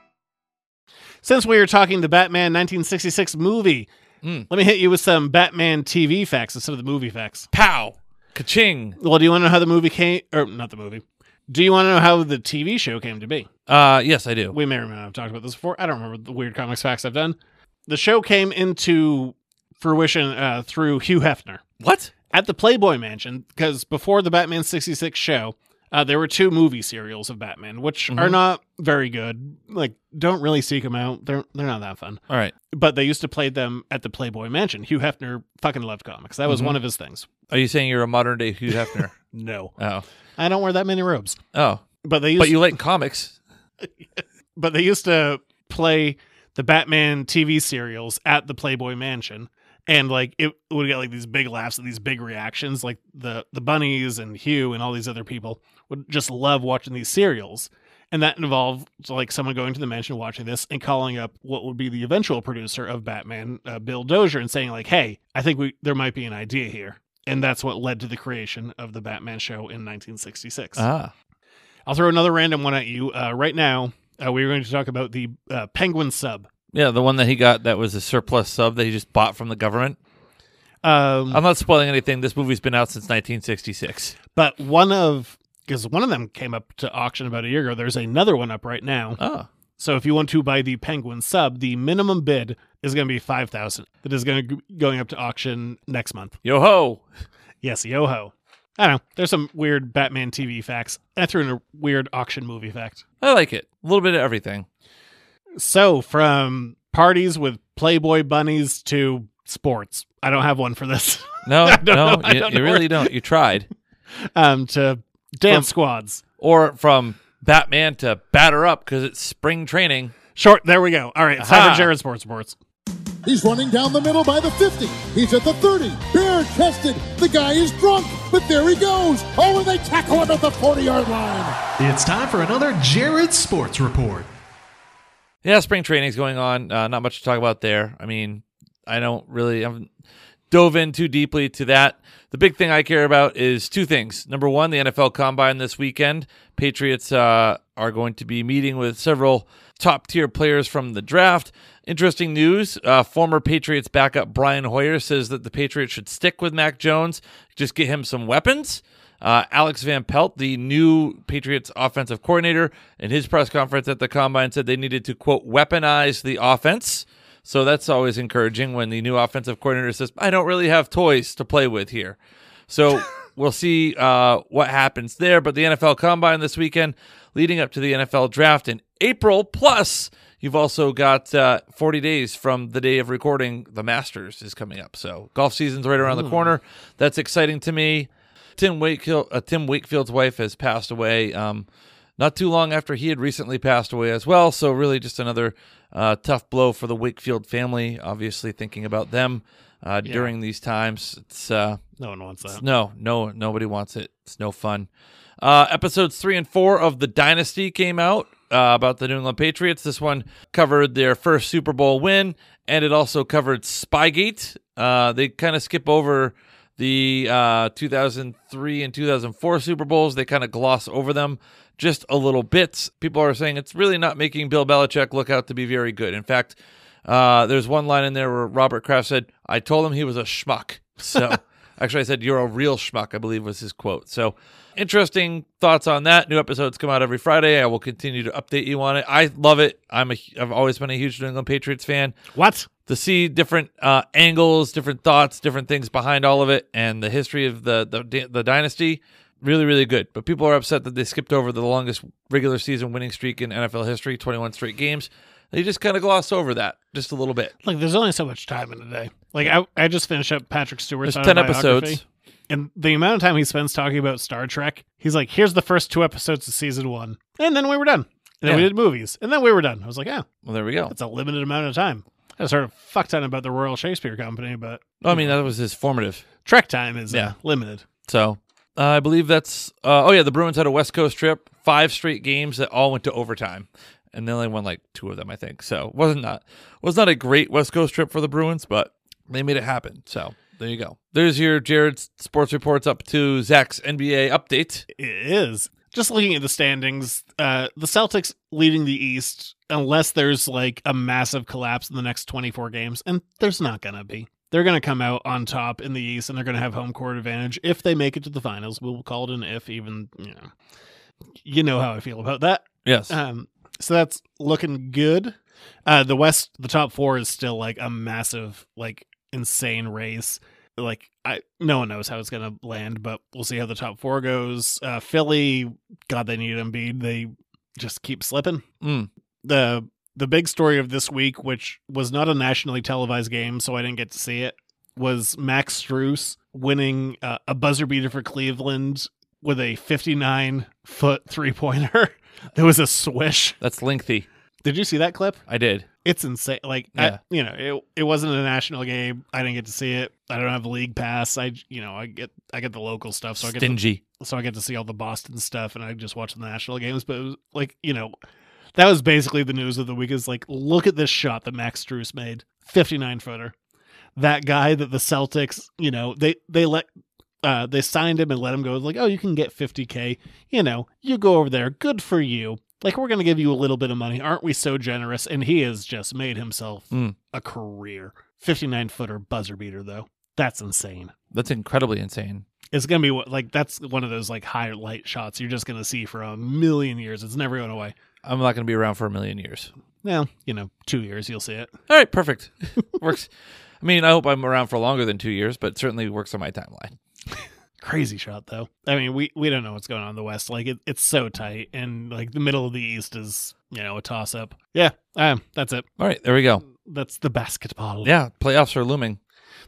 Speaker 5: Since we are talking the Batman 1966 movie,
Speaker 6: Mm.
Speaker 5: let me hit you with some Batman TV facts instead of the movie facts.
Speaker 6: Pow. Ka-ching.
Speaker 5: Well, do you want to know how the movie came or not the movie? Do you want to know how the TV show came to be?
Speaker 6: Uh, yes, I do.
Speaker 5: We may or may not have talked about this before. I don't remember the weird comics facts I've done. The show came into fruition uh, through Hugh Hefner.
Speaker 6: What?
Speaker 5: at the Playboy Mansion because before the Batman '66 show, uh, there were two movie serials of Batman, which
Speaker 6: Mhm.
Speaker 5: are not very good. Like, don't really seek them out. They're they're not that fun.
Speaker 6: All right.
Speaker 5: But they used to play them at the Playboy Mansion. Hugh Hefner fucking loved comics. That was
Speaker 6: Mhm.
Speaker 5: one of his things.
Speaker 6: Are you saying you're a modern day Hugh Hefner?
Speaker 5: No,
Speaker 6: oh.
Speaker 5: I don't wear that many robes.
Speaker 6: Oh.
Speaker 5: But they used
Speaker 6: But you like comics.
Speaker 5: but they used to play the Batman TV serials at the Playboy Mansion. And like it would get like these big laughs and these big reactions, like the the bunnies and Hugh and all these other people would just love watching these serials, and that involved like someone going to the mansion watching this and calling up what would be the eventual producer of Batman, uh, Bill Dozier, and saying like, "Hey, I think we there might be an idea here," and that's what led to the creation of the Batman show in 1966.
Speaker 6: Ah.
Speaker 5: I'll throw another random one at you uh, right now. Uh, we're going to talk about the uh, Penguin sub.
Speaker 6: Yeah, the one that he got that was a surplus sub that he just bought from the government.
Speaker 5: Um,
Speaker 6: I'm not spoiling anything. This movie's been out since 1966.
Speaker 5: but one of because one of them came up to auction about a year ago. There's another one up right now.
Speaker 6: Oh.
Speaker 5: So if you want to buy the Penguin sub, the minimum bid is going to be 5000 That is going to going up to auction next month.
Speaker 6: Yo ho!
Speaker 5: Yes, yo ho. I don't know. There's some weird Batman TV facts. I threw in a weird auction movie fact.
Speaker 6: I like it. A little bit of everything.
Speaker 5: So from parties with Playboy bunnies to sports. I don't have one for this.
Speaker 6: No,
Speaker 5: I don't
Speaker 6: no,
Speaker 5: know. I
Speaker 6: you,
Speaker 5: don't
Speaker 6: you
Speaker 5: know
Speaker 6: really don't. You tried.
Speaker 5: Um, to dance squads.
Speaker 6: Or from Batman to batter up because it's spring training.
Speaker 5: Short. There we go. All right.
Speaker 6: Aha.
Speaker 5: Cyber Jared Sports Sports.
Speaker 9: He's running down the middle by the 50. He's at the 30. Bare chested. The guy is drunk, but there he goes. Oh, and they tackle him at the 40 yard line.
Speaker 10: It's time for another Jared Sports Report.
Speaker 6: Yeah, spring training's going on. Uh, not much to talk about there. I mean, I don't really I haven't dove in too deeply to that. The big thing I care about is two things. Number one, the NFL Combine this weekend. Patriots uh, are going to be meeting with several top tier players from the draft. Interesting news: uh, former Patriots backup Brian Hoyer says that the Patriots should stick with Mac Jones, just get him some weapons. Uh, Alex Van Pelt, the new Patriots offensive coordinator, in his press conference at the combine said they needed to, quote, weaponize the offense. So that's always encouraging when the new offensive coordinator says, I don't really have toys to play with here. So we'll see uh, what happens there. But the NFL combine this weekend, leading up to the NFL draft in April. Plus, you've also got uh, 40 days from the day of recording. The Masters is coming up. So golf season's right around the corner. That's exciting to me. Tim Wakefield, uh, Tim Wakefield's wife has passed away. Um, not too long after he had recently passed away as well. So really, just another uh, tough blow for the Wakefield family. Obviously, thinking about them uh, during these times. It's uh,
Speaker 5: No one wants that.
Speaker 6: no, no, nobody wants it. It's no fun. Uh, episodes three and four of the Dynasty came out uh, about the New England Patriots. This one covered their first Super Bowl win, and it also covered Spygate. Uh, they kind of skip over the uh, 2003 and 2004 Super Bowls. They kind of gloss over them just a little bit. People are saying it's really not making Bill Belichick look out to be very good. In fact, uh, there's one line in there where Robert Kraft said, "I told him he was a schmuck." So actually, I said, "You're a real schmuck," I believe was his quote. So interesting thoughts on that. New episodes come out every Friday. I will continue to update you on it. I love it. I'm a, I've always been a huge New England Patriots fan
Speaker 5: What?
Speaker 6: to see different uh, angles, different thoughts, different things behind all of it, and the history of the the, the dynasty. Really, really good. But people are upset that they skipped over the longest regular season winning streak in NFL history, 21 straight games. They just kind of gloss over that just a little bit.
Speaker 5: Like, there's only so much time in a day. Like, I, I just finished up Patrick Stewart's
Speaker 6: There's 10
Speaker 5: autobiography,
Speaker 6: episodes.
Speaker 5: And the amount of time he spends talking about Star Trek, he's like, here's the first two episodes of season one. And then we were done. And then we
Speaker 6: Yeah.
Speaker 5: did movies. And then we were done. I was like, yeah,
Speaker 6: Well, there we go.
Speaker 5: that's a limited amount of time. I just heard a fuck ton about the Royal Shakespeare Company, but
Speaker 6: Well, I mean, that was his formative.
Speaker 5: Trek time is
Speaker 6: Yeah.
Speaker 5: uh, limited.
Speaker 6: So uh, I believe that's. Uh, oh, yeah. The Bruins had a West Coast trip, five straight games that all went to overtime. And they only won like two of them, I think. So wasn't not was not a great West Coast trip for the Bruins, but they made it happen. So there you go. There's your Jared's sports reports up to Zach's NBA update.
Speaker 5: It is. Just looking at the standings, uh, the Celtics leading the East, unless there's like a massive collapse in the next 24 games, and there's not going to be. They're going to come out on top in the East, and they're going to have home court advantage if they make it to the finals. We'll call it an if, even, you know. You know how I feel about that.
Speaker 6: Yes.
Speaker 5: Um, so that's looking good. Uh, the West, the top four is still like a massive, like insane race. Like I, no one knows how it's gonna land, but we'll see how the top four goes. Uh, Philly, God, they need Embiid. They just keep slipping.
Speaker 6: Mm.
Speaker 5: The the big story of this week, which was not a nationally televised game, so I didn't get to see it, was Max Struess winning uh, a buzzer beater for Cleveland with a 59 foot three pointer. There was a swish.
Speaker 6: That's lengthy.
Speaker 5: Did you see that clip?
Speaker 6: I did.
Speaker 5: It's insane. Like,
Speaker 6: Yeah.
Speaker 5: I, you know, it it wasn't a national game. I didn't get to see it. I don't have a league pass. I you know, I get I get the local
Speaker 6: Oh,
Speaker 5: stuff, so I get to,
Speaker 6: Stingy.
Speaker 5: so I get to see all the Boston stuff, and I just watch the national games. But it was like, you know, that was basically the news of the week. Is like, look at this shot that Max Struess made, fifty nine footer. That guy that the Celtics, you know, they they let. Uh, they signed him and let him go. Like, oh, you can get 50k. You know, you go over there. Good for you. Like, we're gonna give you a little bit of money. Aren't we so generous? And he has just made himself
Speaker 6: Mm.
Speaker 5: a career. 59 footer buzzer beater though. That's insane
Speaker 6: That's incredibly insane.
Speaker 5: it's gonna be what- like that's one of those like highlight shots you're just gonna see for a million years. It's never going away.
Speaker 6: I'm not going to be around for a million years.
Speaker 5: Now, you know, two years you'll see it.
Speaker 6: All right, perfect. works. I mean, I hope I'm around for longer than two years, but certainly works on my timeline.
Speaker 5: Crazy shot though. I mean, we we don't know what's going on in the West. Like it, it's so tight, and like the middle of the East is you know a toss up. Yeah, um, that's it.
Speaker 6: All right, there we go.
Speaker 5: That's the basketball.
Speaker 6: Yeah, playoffs are looming.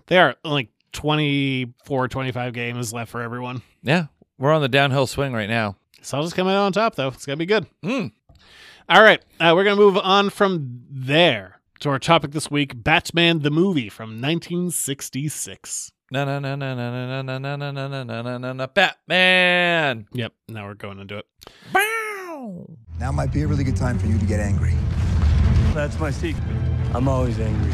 Speaker 5: They are like 24, 25 games left for everyone.
Speaker 6: Yeah, we're on the downhill swing right now.
Speaker 5: Celtics coming out on top though. It's gonna be good.
Speaker 6: Mm.
Speaker 5: All right, uh, we're gonna move on from there to our topic this week: Batman the movie from 1966.
Speaker 6: Na na na na na na na na na na na na na na na Batman.
Speaker 5: Yep, now we're going into it.
Speaker 6: Bow!
Speaker 11: Now might be a really good time for you to get angry.
Speaker 12: That's my secret. I'm always angry.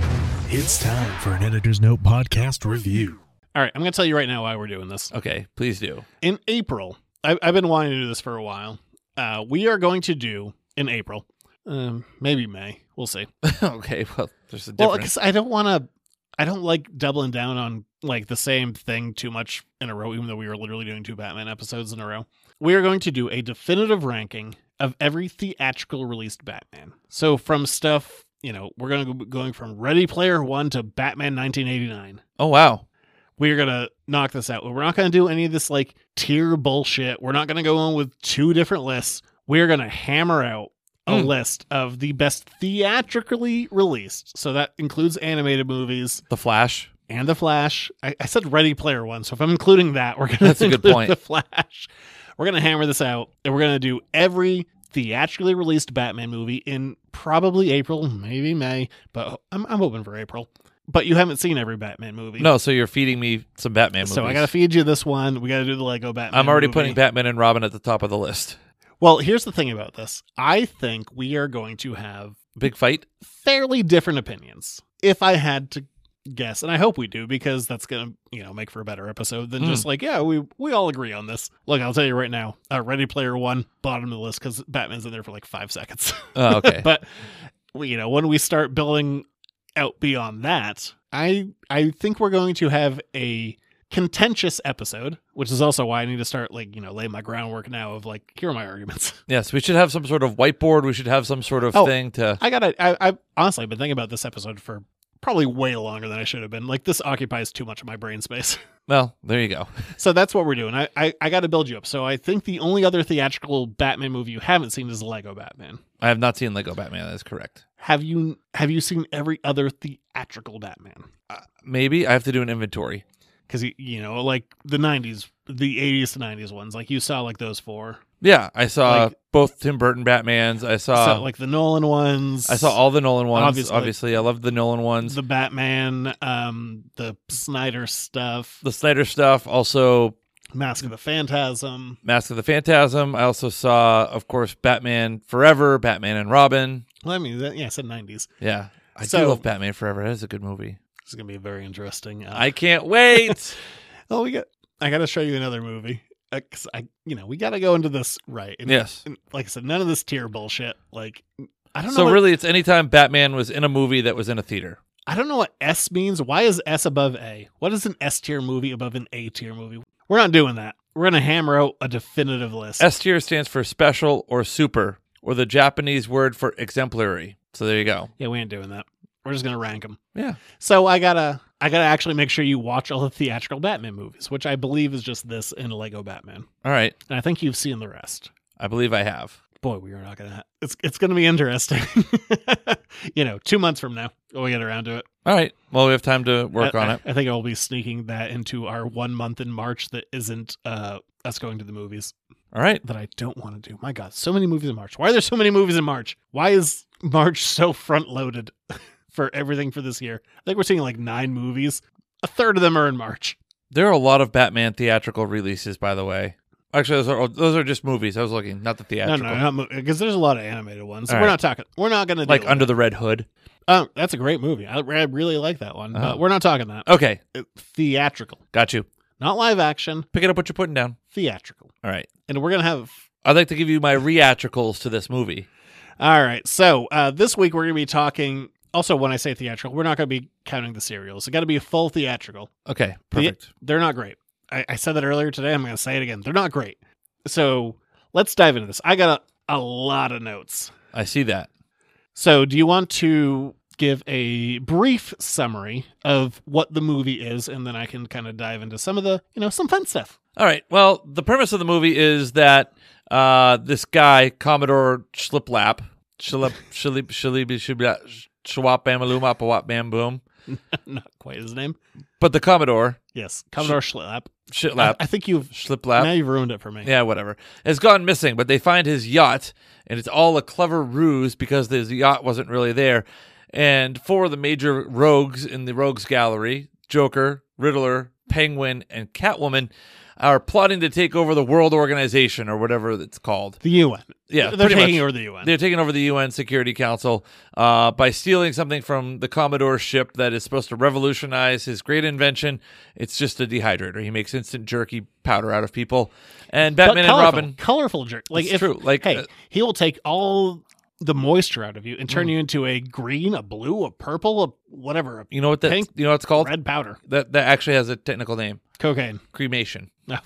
Speaker 13: It's time for an Editor's Note podcast review.
Speaker 5: All right, I'm going to tell you right now why we're doing this.
Speaker 6: Okay, please do.
Speaker 5: In April, I, I've been wanting to do this for a while. Uh, we are going to do in April, um, maybe May. We'll see.
Speaker 6: okay, well, there's a difference.
Speaker 5: Well, because I don't want to. I don't like doubling down on like the same thing too much in a row, even though we were literally doing two Batman episodes in a row. We are going to do a definitive ranking of every theatrical released Batman. So from stuff, you know, we're going to go going from Ready Player One to Batman 1989.
Speaker 6: Oh wow.
Speaker 5: We are gonna knock this out. We're not gonna do any of this like tier bullshit. We're not gonna go in with two different lists. We're gonna hammer out a
Speaker 6: Mm.
Speaker 5: list of the best theatrically released. So that includes animated movies
Speaker 6: The Flash.
Speaker 5: and The Flash. I, I said Ready Player One, so if I'm including that, we're gonna
Speaker 6: That's a good
Speaker 5: include
Speaker 6: point.
Speaker 5: The Flash. We're gonna hammer this out, and we're gonna do every theatrically released Batman movie in probably April, maybe May, but I'm I'm hoping for April. But you haven't seen every Batman movie.
Speaker 6: No, so you're feeding me some Batman movies.
Speaker 5: So I gotta feed you this one. We gotta do the Lego Batman.
Speaker 6: I'm already
Speaker 5: movie.
Speaker 6: putting Batman and Robin at the top of the list.
Speaker 5: Well, here's the thing about this. I think we are going to have
Speaker 6: Big fight.
Speaker 5: fairly different opinions if i had to guess and i hope we do because that's gonna you know make for a better episode than
Speaker 6: Hmm.
Speaker 5: just like yeah we we all agree on this look i'll tell you right now uh, ready player one bottom of the list because batman's in there for like five seconds
Speaker 6: Oh, okay.
Speaker 5: but we- you know when we start building out beyond that i i think we're going to have a contentious episode which is also why i need to start like you know lay my groundwork now of like here are my arguments
Speaker 6: yes, we should have some sort of whiteboard. We should have some sort of
Speaker 5: Oh.
Speaker 6: thing to.
Speaker 5: I gotta. I, I've honestly been thinking about this episode for probably way longer than I should have been. Like this occupies too much of my brain space.
Speaker 6: Well, there you go.
Speaker 5: so that's what we're doing. I, I I gotta build you up. So I think the only other theatrical Batman movie you haven't seen is Lego Batman.
Speaker 6: I have not seen Lego Batman. That is correct.
Speaker 5: Have you have you seen every other theatrical Batman?
Speaker 6: Maybe I have to do an inventory.
Speaker 5: Because you, you know, like the '90s, the '80s to '90s ones. Like you saw like those four.
Speaker 6: Yeah, I saw
Speaker 5: Like-
Speaker 6: both Tim Burton Batmans. I saw.
Speaker 5: so like the Nolan ones.
Speaker 6: Uh, I saw all the Nolan ones. Obviously,
Speaker 5: Obviously.
Speaker 6: I loved the Nolan ones.
Speaker 5: the Batman, um, the Snyder stuff,
Speaker 6: the Snyder stuff. Also,
Speaker 5: Mask of the Phantasm.
Speaker 6: Mask of the Phantasm. I also saw, of course, Batman Forever, Batman and Robin.
Speaker 5: Well, I mean, that, yeah, I said '90s.
Speaker 6: Yeah. I do
Speaker 5: So-
Speaker 6: love Batman Forever. That is a good movie.
Speaker 5: It's gonna be very interesting. Uh,
Speaker 6: I can't wait.
Speaker 5: oh, we got. I gotta show you another movie. Uh, 'cause I, you know, we gotta go into this right. And,
Speaker 6: yes.
Speaker 5: and like I said, none of this tier bullshit. Like, I don't
Speaker 6: So
Speaker 5: know. What,
Speaker 6: really, it's anytime Batman was in a movie that was in a theater.
Speaker 5: I don't know what S means. Why is S above A? What is an S tier movie above an A tier movie? We're not doing that. We're gonna hammer out a definitive list.
Speaker 6: S tier stands for special or super, or the Japanese word for exemplary. So there you go.
Speaker 5: yeah, we ain't doing that. We're just gonna rank them.
Speaker 6: Yeah.
Speaker 5: So I gotta, I gotta actually make sure you watch all the theatrical Batman movies, which I believe is just this and Lego Batman,
Speaker 6: All right.
Speaker 5: and I think you've seen the rest.
Speaker 6: I believe I have.
Speaker 5: boy, we are not gonna. Ha- it's it's gonna be interesting. you know, two months from now, we'll get around to it.
Speaker 6: All right. Well, we have time to work
Speaker 5: I,
Speaker 6: on
Speaker 5: I-
Speaker 6: it.
Speaker 5: I think I'll be sneaking that into our one month in March that isn't uh us going to the movies
Speaker 6: All right.
Speaker 5: that I don't want to do. My God, so many movies in March. Why are there so many movies in March? Why is March so front loaded for everything for this year? I think we're seeing like nine movies. A third of them are in March.
Speaker 6: There are a lot of Batman theatrical releases, by the way. Actually, those are oh, those are just movies. I was looking, not the
Speaker 5: No,
Speaker 6: theatrical.
Speaker 5: no, no, because there's a lot of animated ones.
Speaker 6: All
Speaker 5: we're
Speaker 6: right.
Speaker 5: not talking. We're not going to
Speaker 6: Like Under the Red Hood.
Speaker 5: Oh, that's a great movie. I, I really like that one.
Speaker 6: Oh.
Speaker 5: But we're not talking that.
Speaker 6: Okay,
Speaker 5: theatrical,
Speaker 6: got you.
Speaker 5: not live action,
Speaker 6: Pick it up what you're putting down.
Speaker 5: theatrical.
Speaker 6: All right.
Speaker 5: And we're going to have.
Speaker 6: I'd like to give you my reatricals to this movie.
Speaker 5: All right. So uh, this week we're going to be talking. Also, when I say theatrical, we're not going to be counting the serials. It got to be a full theatrical.
Speaker 6: Okay,
Speaker 5: The- e-
Speaker 6: perfect.
Speaker 5: they're not great. I, I said that earlier today. I'm going to say it again. They're not great. So let's dive into this. I got a, a lot of notes.
Speaker 6: I see that.
Speaker 5: So, do you want to give a brief summary of what the movie is, and then I can kind of dive into some of the, you know, some fun stuff?
Speaker 6: All right. Well, the premise of the movie is that uh, this guy, Commodore Schliplap, Shlip, Shlip, Shlip, Shlip, Schwap, Bamaluma, Pawap, Bam, Boom.
Speaker 5: Not quite his name.
Speaker 6: But the Commodore.
Speaker 5: Yes, Commodore Schlap.
Speaker 6: Shitlap.
Speaker 5: I, I think you've
Speaker 6: Shitlap.
Speaker 5: Now you've ruined it for me.
Speaker 6: Yeah, whatever. Has gone missing, but they find his yacht, and it's all a clever ruse because his yacht wasn't really there. And four of the major rogues in the Rogues Gallery Joker, Riddler, Penguin, and Catwoman are plotting to take over the World Organization or whatever it's called.
Speaker 5: The UN.
Speaker 6: Yeah,
Speaker 5: they're taking
Speaker 6: much.
Speaker 5: over the UN.
Speaker 6: They're taking over the UN Security Council uh, by stealing something from the Commodore ship that is supposed to revolutionize his great invention. It's just a dehydrator. He makes instant jerky powder out of people. And Batman
Speaker 5: colorful,
Speaker 6: and Robin,
Speaker 5: colorful jerk. Like
Speaker 6: It's
Speaker 5: if,
Speaker 6: true. Like,
Speaker 5: hey,
Speaker 6: uh,
Speaker 5: he will take all the moisture out of you and
Speaker 6: Mm.
Speaker 5: turn you into a green, a blue, a purple, a whatever, a
Speaker 6: you know what that?
Speaker 5: pink,
Speaker 6: You know what it's called?
Speaker 5: red powder,
Speaker 6: That that actually has a technical name:
Speaker 5: cocaine.
Speaker 6: cremation.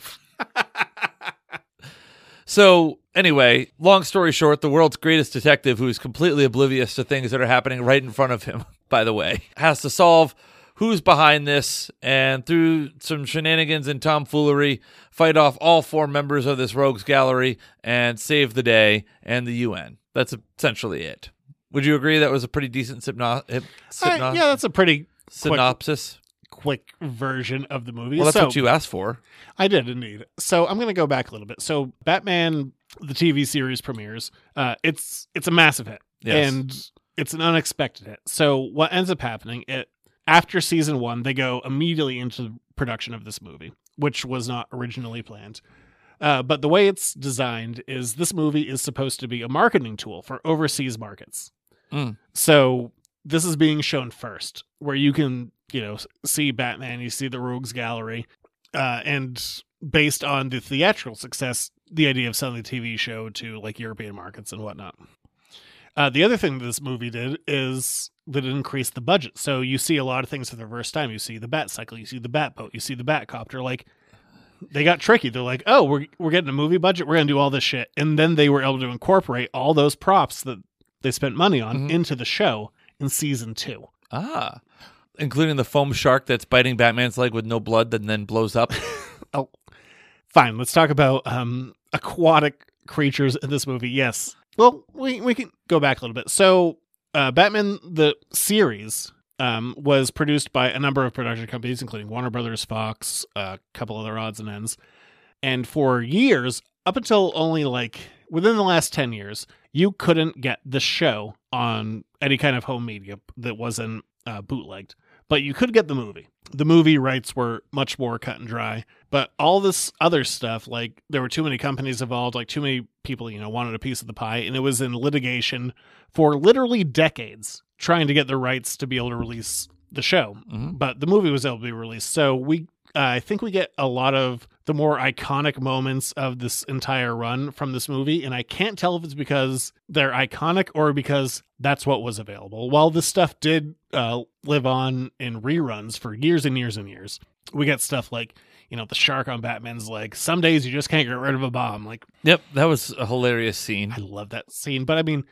Speaker 6: So, anyway, long story short, the world's greatest detective, who is completely oblivious to things that are happening right in front of him, by the way, has to solve who's behind this and through some shenanigans and tomfoolery, fight off all four members of this rogues gallery and save the day and the UN. That's essentially it. Would you agree that was a pretty decent sypno- hyp-
Speaker 5: Uh,
Speaker 6: sypno-
Speaker 5: yeah, that's a pretty quick,
Speaker 6: synopsis?
Speaker 5: quick version of the movie.
Speaker 6: Well, that's
Speaker 5: So-
Speaker 6: what you asked for.
Speaker 5: I did indeed. So I'm going to go back a little bit. So Batman, the TV series premieres. Uh, it's it's a massive hit,
Speaker 6: Yes.
Speaker 5: and it's an unexpected hit. So what ends up happening? It after season one, they go immediately into production of this movie, which was not originally planned. Uh, but the way it's designed is this movie is supposed to be a marketing tool for overseas markets.
Speaker 6: Mm.
Speaker 5: So this is being shown first, where you can you know s- see Batman, you see the Rogues Gallery, uh, and based on the theatrical success, the idea of selling the TV show to like European markets and whatnot. Uh, the other thing this movie did is that it increased the budget. So you see a lot of things for the first time. You see the Bat Cycle, you see the Bat Boat, you see the Bat Copter. Like they got tricky. They're like, oh, we're we're getting a movie budget. We're gonna do all this shit, and then they were able to incorporate all those props that they spent money on
Speaker 6: Mhm.
Speaker 5: into the show in season two.
Speaker 6: Ah. Including the foam shark that's biting Batman's leg with no blood and then blows up.
Speaker 5: Fine, let's talk about um, aquatic creatures in this movie. Yes. Well, we we can go back a little bit. So, uh, Batman the series um, was produced by a number of production companies, including Warner Brothers, Fox, a couple other odds and ends. And for years, up until only like within the last ten years, you couldn't get the show on any kind of home media that wasn't uh, bootlegged, but you could get the movie. The movie rights were much more cut and dry, but all this other stuff, like there were too many companies involved, like too many people, you know, wanted a piece of the pie, and it was in litigation for literally decades trying to get the rights to be able to release the show.
Speaker 6: Mhm.
Speaker 5: But the movie was able to be released, so we, uh, I think, we get a lot of the more iconic moments of this entire run from this movie, and I can't tell if it's because they're iconic or because that's what was available. While this stuff did uh, live on in reruns for years and years and years, we get stuff like you know the shark on Batman's leg. Some days you just can't get rid of a bomb. Like
Speaker 6: Yep, that was a hilarious scene.
Speaker 5: I love that scene, but I mean,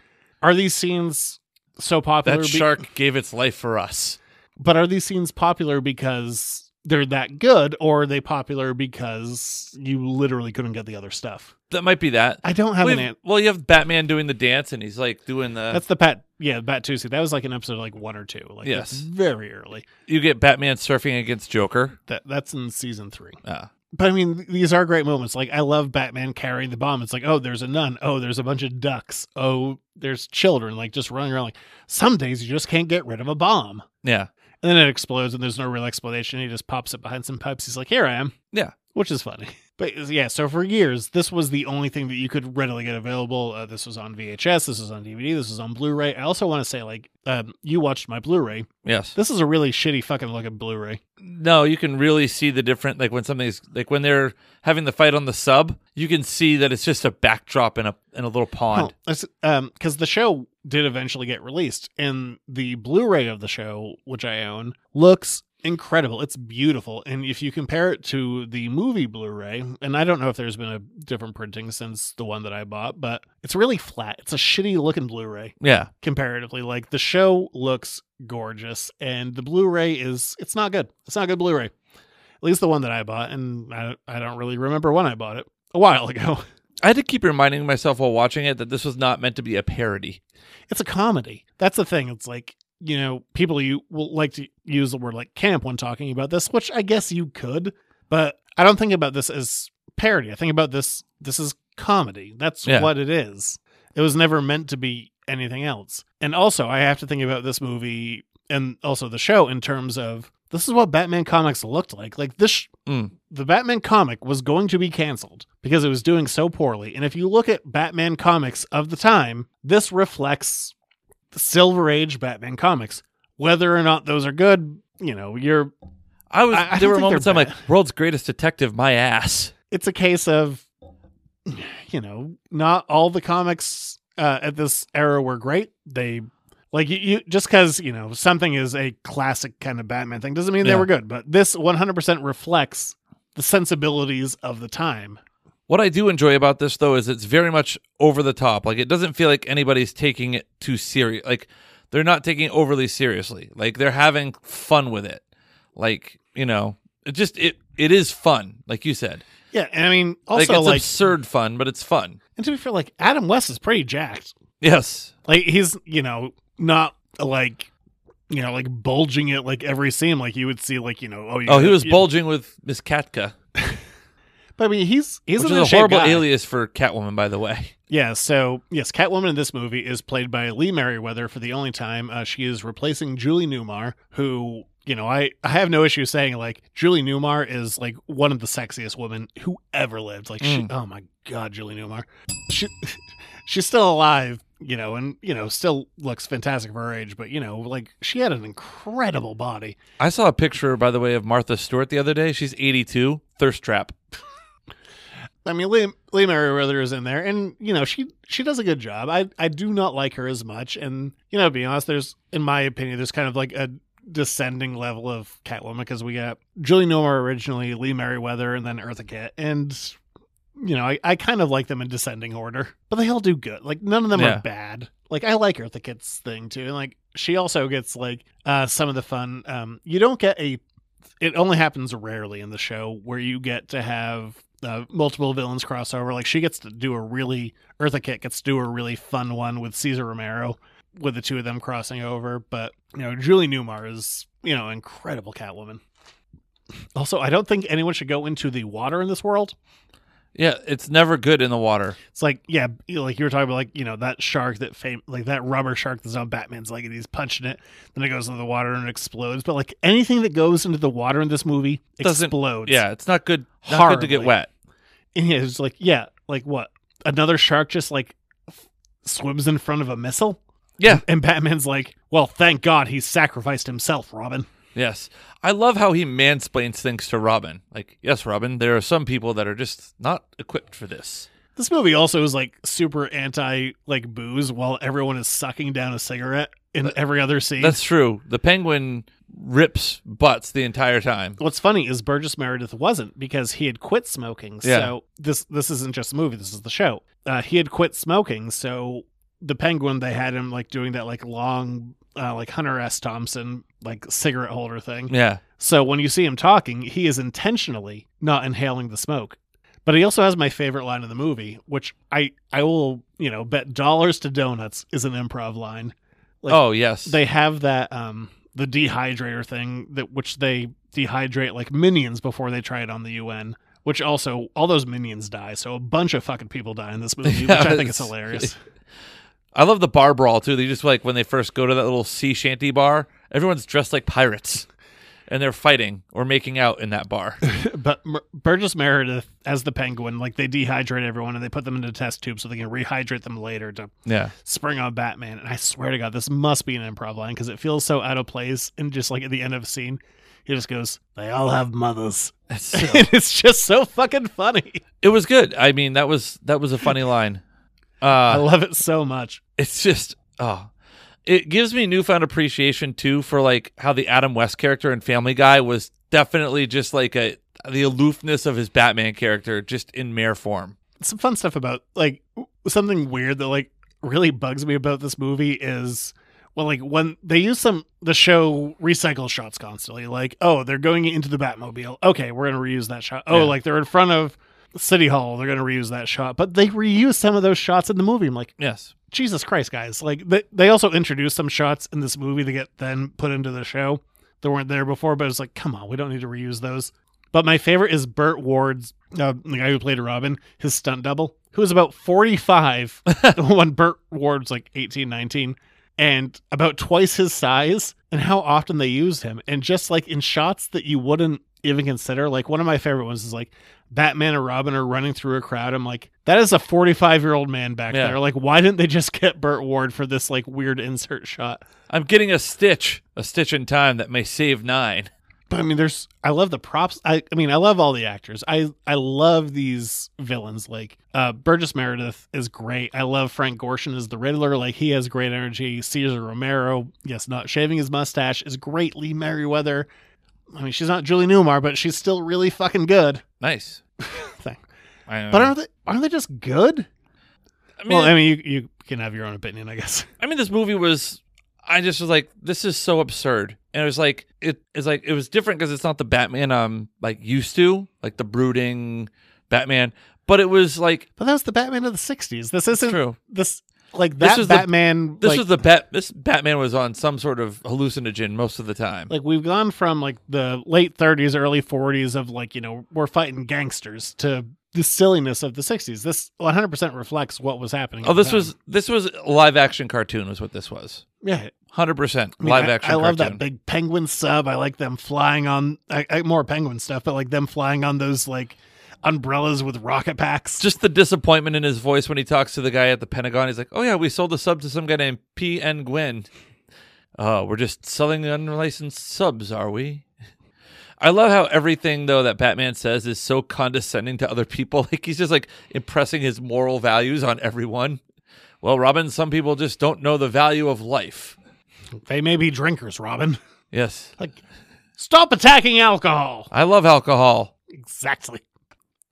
Speaker 5: are these scenes so popular?
Speaker 6: That
Speaker 5: be-
Speaker 6: shark gave its life for us.
Speaker 5: but are these scenes popular because they're that good, or are they popular because you literally couldn't get the other stuff?
Speaker 6: That might be that.
Speaker 5: I don't have
Speaker 6: well,
Speaker 5: an
Speaker 6: you-
Speaker 5: an.
Speaker 6: well, you have Batman doing the dance, and he's like doing the.
Speaker 5: That's the Pat. Yeah, Bat Tuesday. That was like an episode like one or two. Like
Speaker 6: Yes.
Speaker 5: that's very early.
Speaker 6: you get Batman surfing against Joker.
Speaker 5: That that's in season three.
Speaker 6: Ah.
Speaker 5: But I mean, th- these are great moments. Like I love Batman carrying the bomb. It's like, oh, there's a nun. Oh, there's a bunch of ducks. Oh, there's children like just running around. Like some days you just can't get rid of a bomb.
Speaker 6: yeah,
Speaker 5: And then it explodes, and there's no real explanation. He just pops it behind some pipes. He's like, "Here I am."
Speaker 6: Yeah.
Speaker 5: which is funny. But uh, yeah, so for years, this was the only thing that you could readily get available. Uh, this was on VHS. This was on DVD. This was on Blu-ray. I also want to say, like, um, you watched my Blu-ray.
Speaker 6: yes.
Speaker 5: This is a really shitty fucking looking Blu-ray.
Speaker 6: No, you can really see the different. Like when something's like when they're having the fight on the sub, you can see that it's just a backdrop in a in a little pond.
Speaker 5: because um, the show did eventually get released, and the Blu-ray of the show, which I own, looks incredible. It's beautiful. And if you compare it to the movie Blu ray, and I don't know if there's been a different printing since the one that I bought, but it's really flat. It's a shitty looking Blu ray.
Speaker 6: Yeah.
Speaker 5: Comparatively. Like the show looks gorgeous, and the Blu ray is, it's not good. It's not good Blu ray. At least the one that I bought. And I, I don't really remember when I bought it, a while ago.
Speaker 6: I had to keep reminding myself while watching it that this was not meant to be a parody.
Speaker 5: It's a comedy. That's the thing. It's like you know, people you will like to use the word like camp when talking about this, which I guess you could, but I don't think about this as parody. I think about this this is comedy. That's
Speaker 6: Yeah.
Speaker 5: what it is. It was never meant to be anything else. And also, I have to think about this movie and also the show in terms of this is what Batman comics looked like. Like this sh-
Speaker 6: Mm.
Speaker 5: the Batman comic was going to be canceled because it was doing so poorly. And if you look at Batman comics of the time, this reflects the Silver Age Batman comics. Whether or not those are good, you know, you're.
Speaker 6: I was
Speaker 5: I- I don't
Speaker 6: there were
Speaker 5: think
Speaker 6: moments
Speaker 5: they're
Speaker 6: I'm like, world's greatest detective, my ass.
Speaker 5: It's a case of, you know, not all the comics uh, at this era were great. They like you, you just because you know something is a classic kind of Batman thing doesn't mean they
Speaker 6: Yeah.
Speaker 5: were good. But this 100% reflects the sensibilities of the time.
Speaker 6: What I do enjoy about this though is it's very much over the top. Like it doesn't feel like anybody's taking it too serious. Like they're not taking it overly seriously. Like they're having fun with it. Like, you know, it just it it is fun, like you said.
Speaker 5: Yeah, and I mean, also
Speaker 6: like it's
Speaker 5: like
Speaker 6: absurd fun, but it's fun.
Speaker 5: And to be fair, like Adam West is pretty jacked.
Speaker 6: Yes.
Speaker 5: Like he's, you know, not like you know, like bulging it like every scene, like you would see, like you know, oh, you
Speaker 6: Oh, he was
Speaker 5: you-
Speaker 6: bulging with Miss Katka,
Speaker 5: But I mean, he's
Speaker 6: which
Speaker 5: he's
Speaker 6: is
Speaker 5: an
Speaker 6: a
Speaker 5: in-shape
Speaker 6: horrible
Speaker 5: guy.
Speaker 6: alias for Catwoman, by the way.
Speaker 5: Yeah. So yes, Catwoman in this movie is played by Lee Merriweather for the only time. Uh, she is replacing Julie Newmar, who you know I I have no issue saying like Julie Newmar is like one of the sexiest women who ever lived. Like, she,
Speaker 6: Mm.
Speaker 5: oh my god, Julie Newmar, she she's still alive. You know, and you know, still looks fantastic for her age. But you know, like she had an incredible body.
Speaker 6: I saw a picture, by the way, of Martha Stewart the other day. She's 82. Thirst trap.
Speaker 5: I mean, Lee, Lee Merriweather is in there, and you know she she does a good job. I I do not like her as much, and you know, to be honest, there's in my opinion, there's kind of like a descending level of Catwoman because we got Julie Newmar originally, Lee Merriweather, and then Eartha Kitt, and you know, I, I kind of like them in descending order, but they all do good. Like none of them
Speaker 6: Yeah.
Speaker 5: are bad. Like I like Eartha Kitt's thing too, and like she also gets like uh some of the fun. Um, you don't get a it only happens rarely in the show where you get to have uh, multiple villains crossover. Like she gets to do a really Eartha Kitt gets to do a really fun one with Caesar Romero with the two of them crossing over. But you know, Julie Newmar is you know incredible Catwoman. Also, I don't think anyone should go into the water in this world.
Speaker 6: Yeah, it's never good in the water.
Speaker 5: It's like yeah, you know, like you were talking about like you know that shark that fam- like that rubber shark that's on Batman's leg and he's punching it, then it goes into the water and it explodes. But like anything that goes into the water in this movie
Speaker 6: Doesn't-
Speaker 5: explodes.
Speaker 6: Yeah, it's not good. Not good to get
Speaker 5: Horribly.
Speaker 6: wet.
Speaker 5: And yeah, it's like, yeah, like what? Another shark just like f- swims in front of a missile?
Speaker 6: Yeah.
Speaker 5: And Batman's like, well, thank God he sacrificed himself, Robin.
Speaker 6: Yes. I love how he mansplains things to Robin. Like, yes, Robin, there are some people that are just not equipped for this.
Speaker 5: This movie also is like super anti like booze while everyone is sucking down a cigarette in every other scene.
Speaker 6: That's true. The penguin rips butts the entire time.
Speaker 5: What's funny is Burgess Meredith wasn't because he had quit smoking.
Speaker 6: Yeah.
Speaker 5: So this this isn't just a movie. This is the show. Uh, he had quit smoking. So the Penguin they had him like doing that like long uh, like Hunter S. Thompson like cigarette holder thing.
Speaker 6: Yeah.
Speaker 5: So when you see him talking, he is intentionally not inhaling the smoke. But he also has my favorite line in the movie, which I I will you know bet dollars to donuts is an improv line. Like,
Speaker 6: oh, yes.
Speaker 5: They have that um the dehydrator thing that which they dehydrate like minions before they try it on the UN. Which also all those minions die, so a bunch of fucking people die in this movie, which I think is
Speaker 6: Yes.
Speaker 5: hilarious.
Speaker 6: I love the bar brawl, too. They just like when they first go to that little sea shanty bar, everyone's dressed like pirates and they're fighting or making out in that bar.
Speaker 5: but Mer- Burgess Meredith as the Penguin, like they dehydrate everyone and they put them into test tubes so they can rehydrate them later to
Speaker 6: Yeah.
Speaker 5: spring on Batman. And I swear to God, this must be an improv line because it feels so out of place. And just like at the end of a scene, he just goes, "They all have mothers."
Speaker 6: That's so-
Speaker 5: and it's just so fucking funny.
Speaker 6: it was good. I mean, that was that was a funny line. Uh,
Speaker 5: I love it so much.
Speaker 6: it's just oh it gives me newfound appreciation too for like how the Adam West character in Family Guy was definitely just like a the aloofness of his Batman character just in mere form.
Speaker 5: Some fun stuff about like something weird that like really bugs me about this movie is well like when they use some the show recycle shots constantly like oh they're going into the Batmobile okay we're gonna reuse that shot oh yeah. like they're in front of City Hall they're gonna reuse that shot but they reuse some of those shots in the movie I'm like
Speaker 6: yes
Speaker 5: Jesus Christ, guys! Like they, they also introduced some shots in this movie that get then put into the show that weren't there before, but it's like, come on, we don't need to reuse those. But my favorite is Burt Ward's, uh, the guy who played Robin, his stunt double, who was about 45 when Burt Ward's like 18, 19, and about twice his size, and how often they used him. And just like in shots that you wouldn't even consider, like one of my favorite ones is like Batman and Robin are running through a crowd. I'm like, that is a 45 year old man back yeah. there. Like, why didn't they just get Burt Ward for this like weird insert shot?
Speaker 6: I'm getting a stitch, a stitch in time that may save nine.
Speaker 5: But I mean, there's, I love the props. I, I mean, I love all the actors. I, I love these villains. Like, uh, Burgess Meredith is great. I love Frank Gorshin as the Riddler. Like, he has great energy. Caesar Romero, yes, not shaving his mustache, is great. Lee Merriweather. I mean, she's not Julie Newmar, but she's still really fucking good.
Speaker 6: Nice.
Speaker 5: thing. but aren't they aren't they just good? I mean, well, I mean, you you can have your own opinion, I guess.
Speaker 6: I mean, this movie was. I just was like, this is so absurd, and it was like it is like it was different because it's not the Batman I'm like used to, like the brooding Batman. But it was like,
Speaker 5: but that was the Batman of the '60s. This isn't true. This like that this was Batman.
Speaker 6: The, this
Speaker 5: like,
Speaker 6: was the bat. This Batman was on some sort of hallucinogen most of the time.
Speaker 5: Like we've gone from like the late 30s, early 40s of like you know we're fighting gangsters to the silliness of the 60s. This 100 percent reflects what was happening.
Speaker 6: Oh, this was this was live action cartoon was what this was.
Speaker 5: Yeah.
Speaker 6: Hundred I mean, percent live action. I,
Speaker 5: I love
Speaker 6: cartoon.
Speaker 5: that big penguin sub. I like them flying on I, I, more penguin stuff, but like them flying on those like umbrellas with rocket packs.
Speaker 6: Just the disappointment in his voice when he talks to the guy at the Pentagon. He's like, "Oh yeah, we sold the sub to some guy named P. N. Gwynn. Oh, we're just selling unlicensed subs, are we?" I love how everything though that Batman says is so condescending to other people. Like he's just like impressing his moral values on everyone. Well, Robin, some people just don't know the value of life.
Speaker 5: They may be drinkers, Robin.
Speaker 6: Yes.
Speaker 5: Like stop attacking alcohol.
Speaker 6: I love alcohol.
Speaker 5: Exactly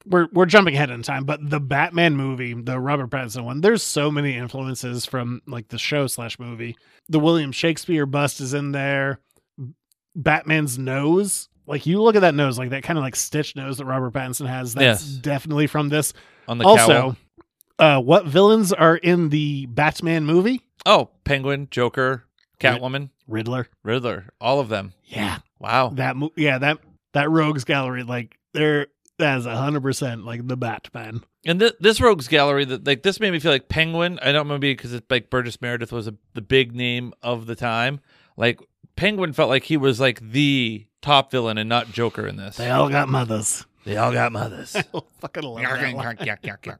Speaker 5: we're we're jumping ahead in time, but the Batman movie, the Robert Pattinson one, there's so many influences from like the show slash movie. The William Shakespeare bust is in there. Batman's nose, like you look at that nose, like that kind of like stitch nose that Robert Pattinson has. That's yes. definitely from this.
Speaker 6: On the
Speaker 5: also, uh, what villains are in the Batman movie?
Speaker 6: Oh, Penguin, Joker, Catwoman,
Speaker 5: Riddler,
Speaker 6: Riddler, all of them.
Speaker 5: Yeah.
Speaker 6: Wow.
Speaker 5: That mo- yeah that that Rogues Gallery, like they're that's a hundred percent like the Batman.
Speaker 6: And th- this Rogues Gallery, that like this made me feel like Penguin. I don't remember because it's like Burgess Meredith was a, the big name of the time. Like Penguin felt like he was like the top villain and not Joker in this.
Speaker 5: They all got mothers.
Speaker 6: They all got mothers.
Speaker 5: fucking love that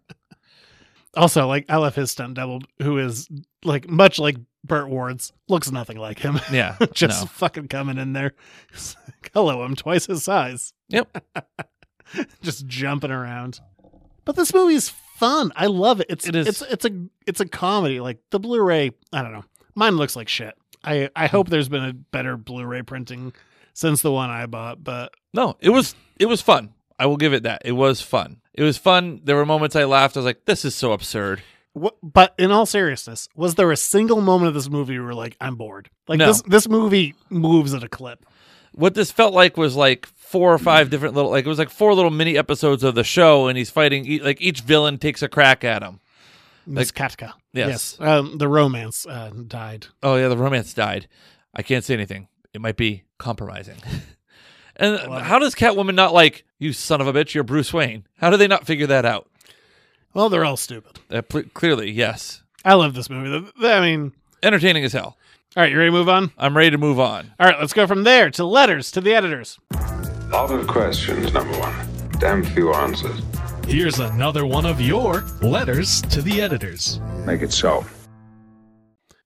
Speaker 5: Also, like I love his stunt double, who is like much like Burt Ward's, looks nothing like him.
Speaker 6: Yeah,
Speaker 5: just
Speaker 6: no.
Speaker 5: fucking coming in there. Hello, I'm twice his size.
Speaker 6: Yep.
Speaker 5: just jumping around. But this movie is fun. I love it. It's it is. It's, it's a it's a comedy. Like the Blu-ray, I don't know. Mine looks like shit. I I hope there's been a better Blu-ray printing since the one I bought, but
Speaker 6: no, it was it was fun. I will give it that. It was fun. It was fun. There were moments I laughed. I was like, this is so absurd.
Speaker 5: What, but in all seriousness, was there a single moment of this movie where like I'm bored? Like
Speaker 6: no.
Speaker 5: this this movie moves at a clip
Speaker 6: what this felt like was like four or five different little like it was like four little mini episodes of the show and he's fighting e- like each villain takes a crack at him
Speaker 5: like Ms. katka
Speaker 6: yes, yes.
Speaker 5: Um, the romance uh, died
Speaker 6: oh yeah the romance died i can't say anything it might be compromising and well, how does catwoman not like you son of a bitch you're bruce wayne how do they not figure that out
Speaker 5: well they're all stupid
Speaker 6: uh, pl- clearly yes
Speaker 5: i love this movie i mean
Speaker 6: entertaining as hell
Speaker 5: all right, you ready to move on?
Speaker 6: I'm ready to move on.
Speaker 5: All right, let's go from there to letters to the editors.
Speaker 14: Lot of questions, number one. Damn few answers.
Speaker 10: Here's another one of your letters to the editors.
Speaker 14: Make it so.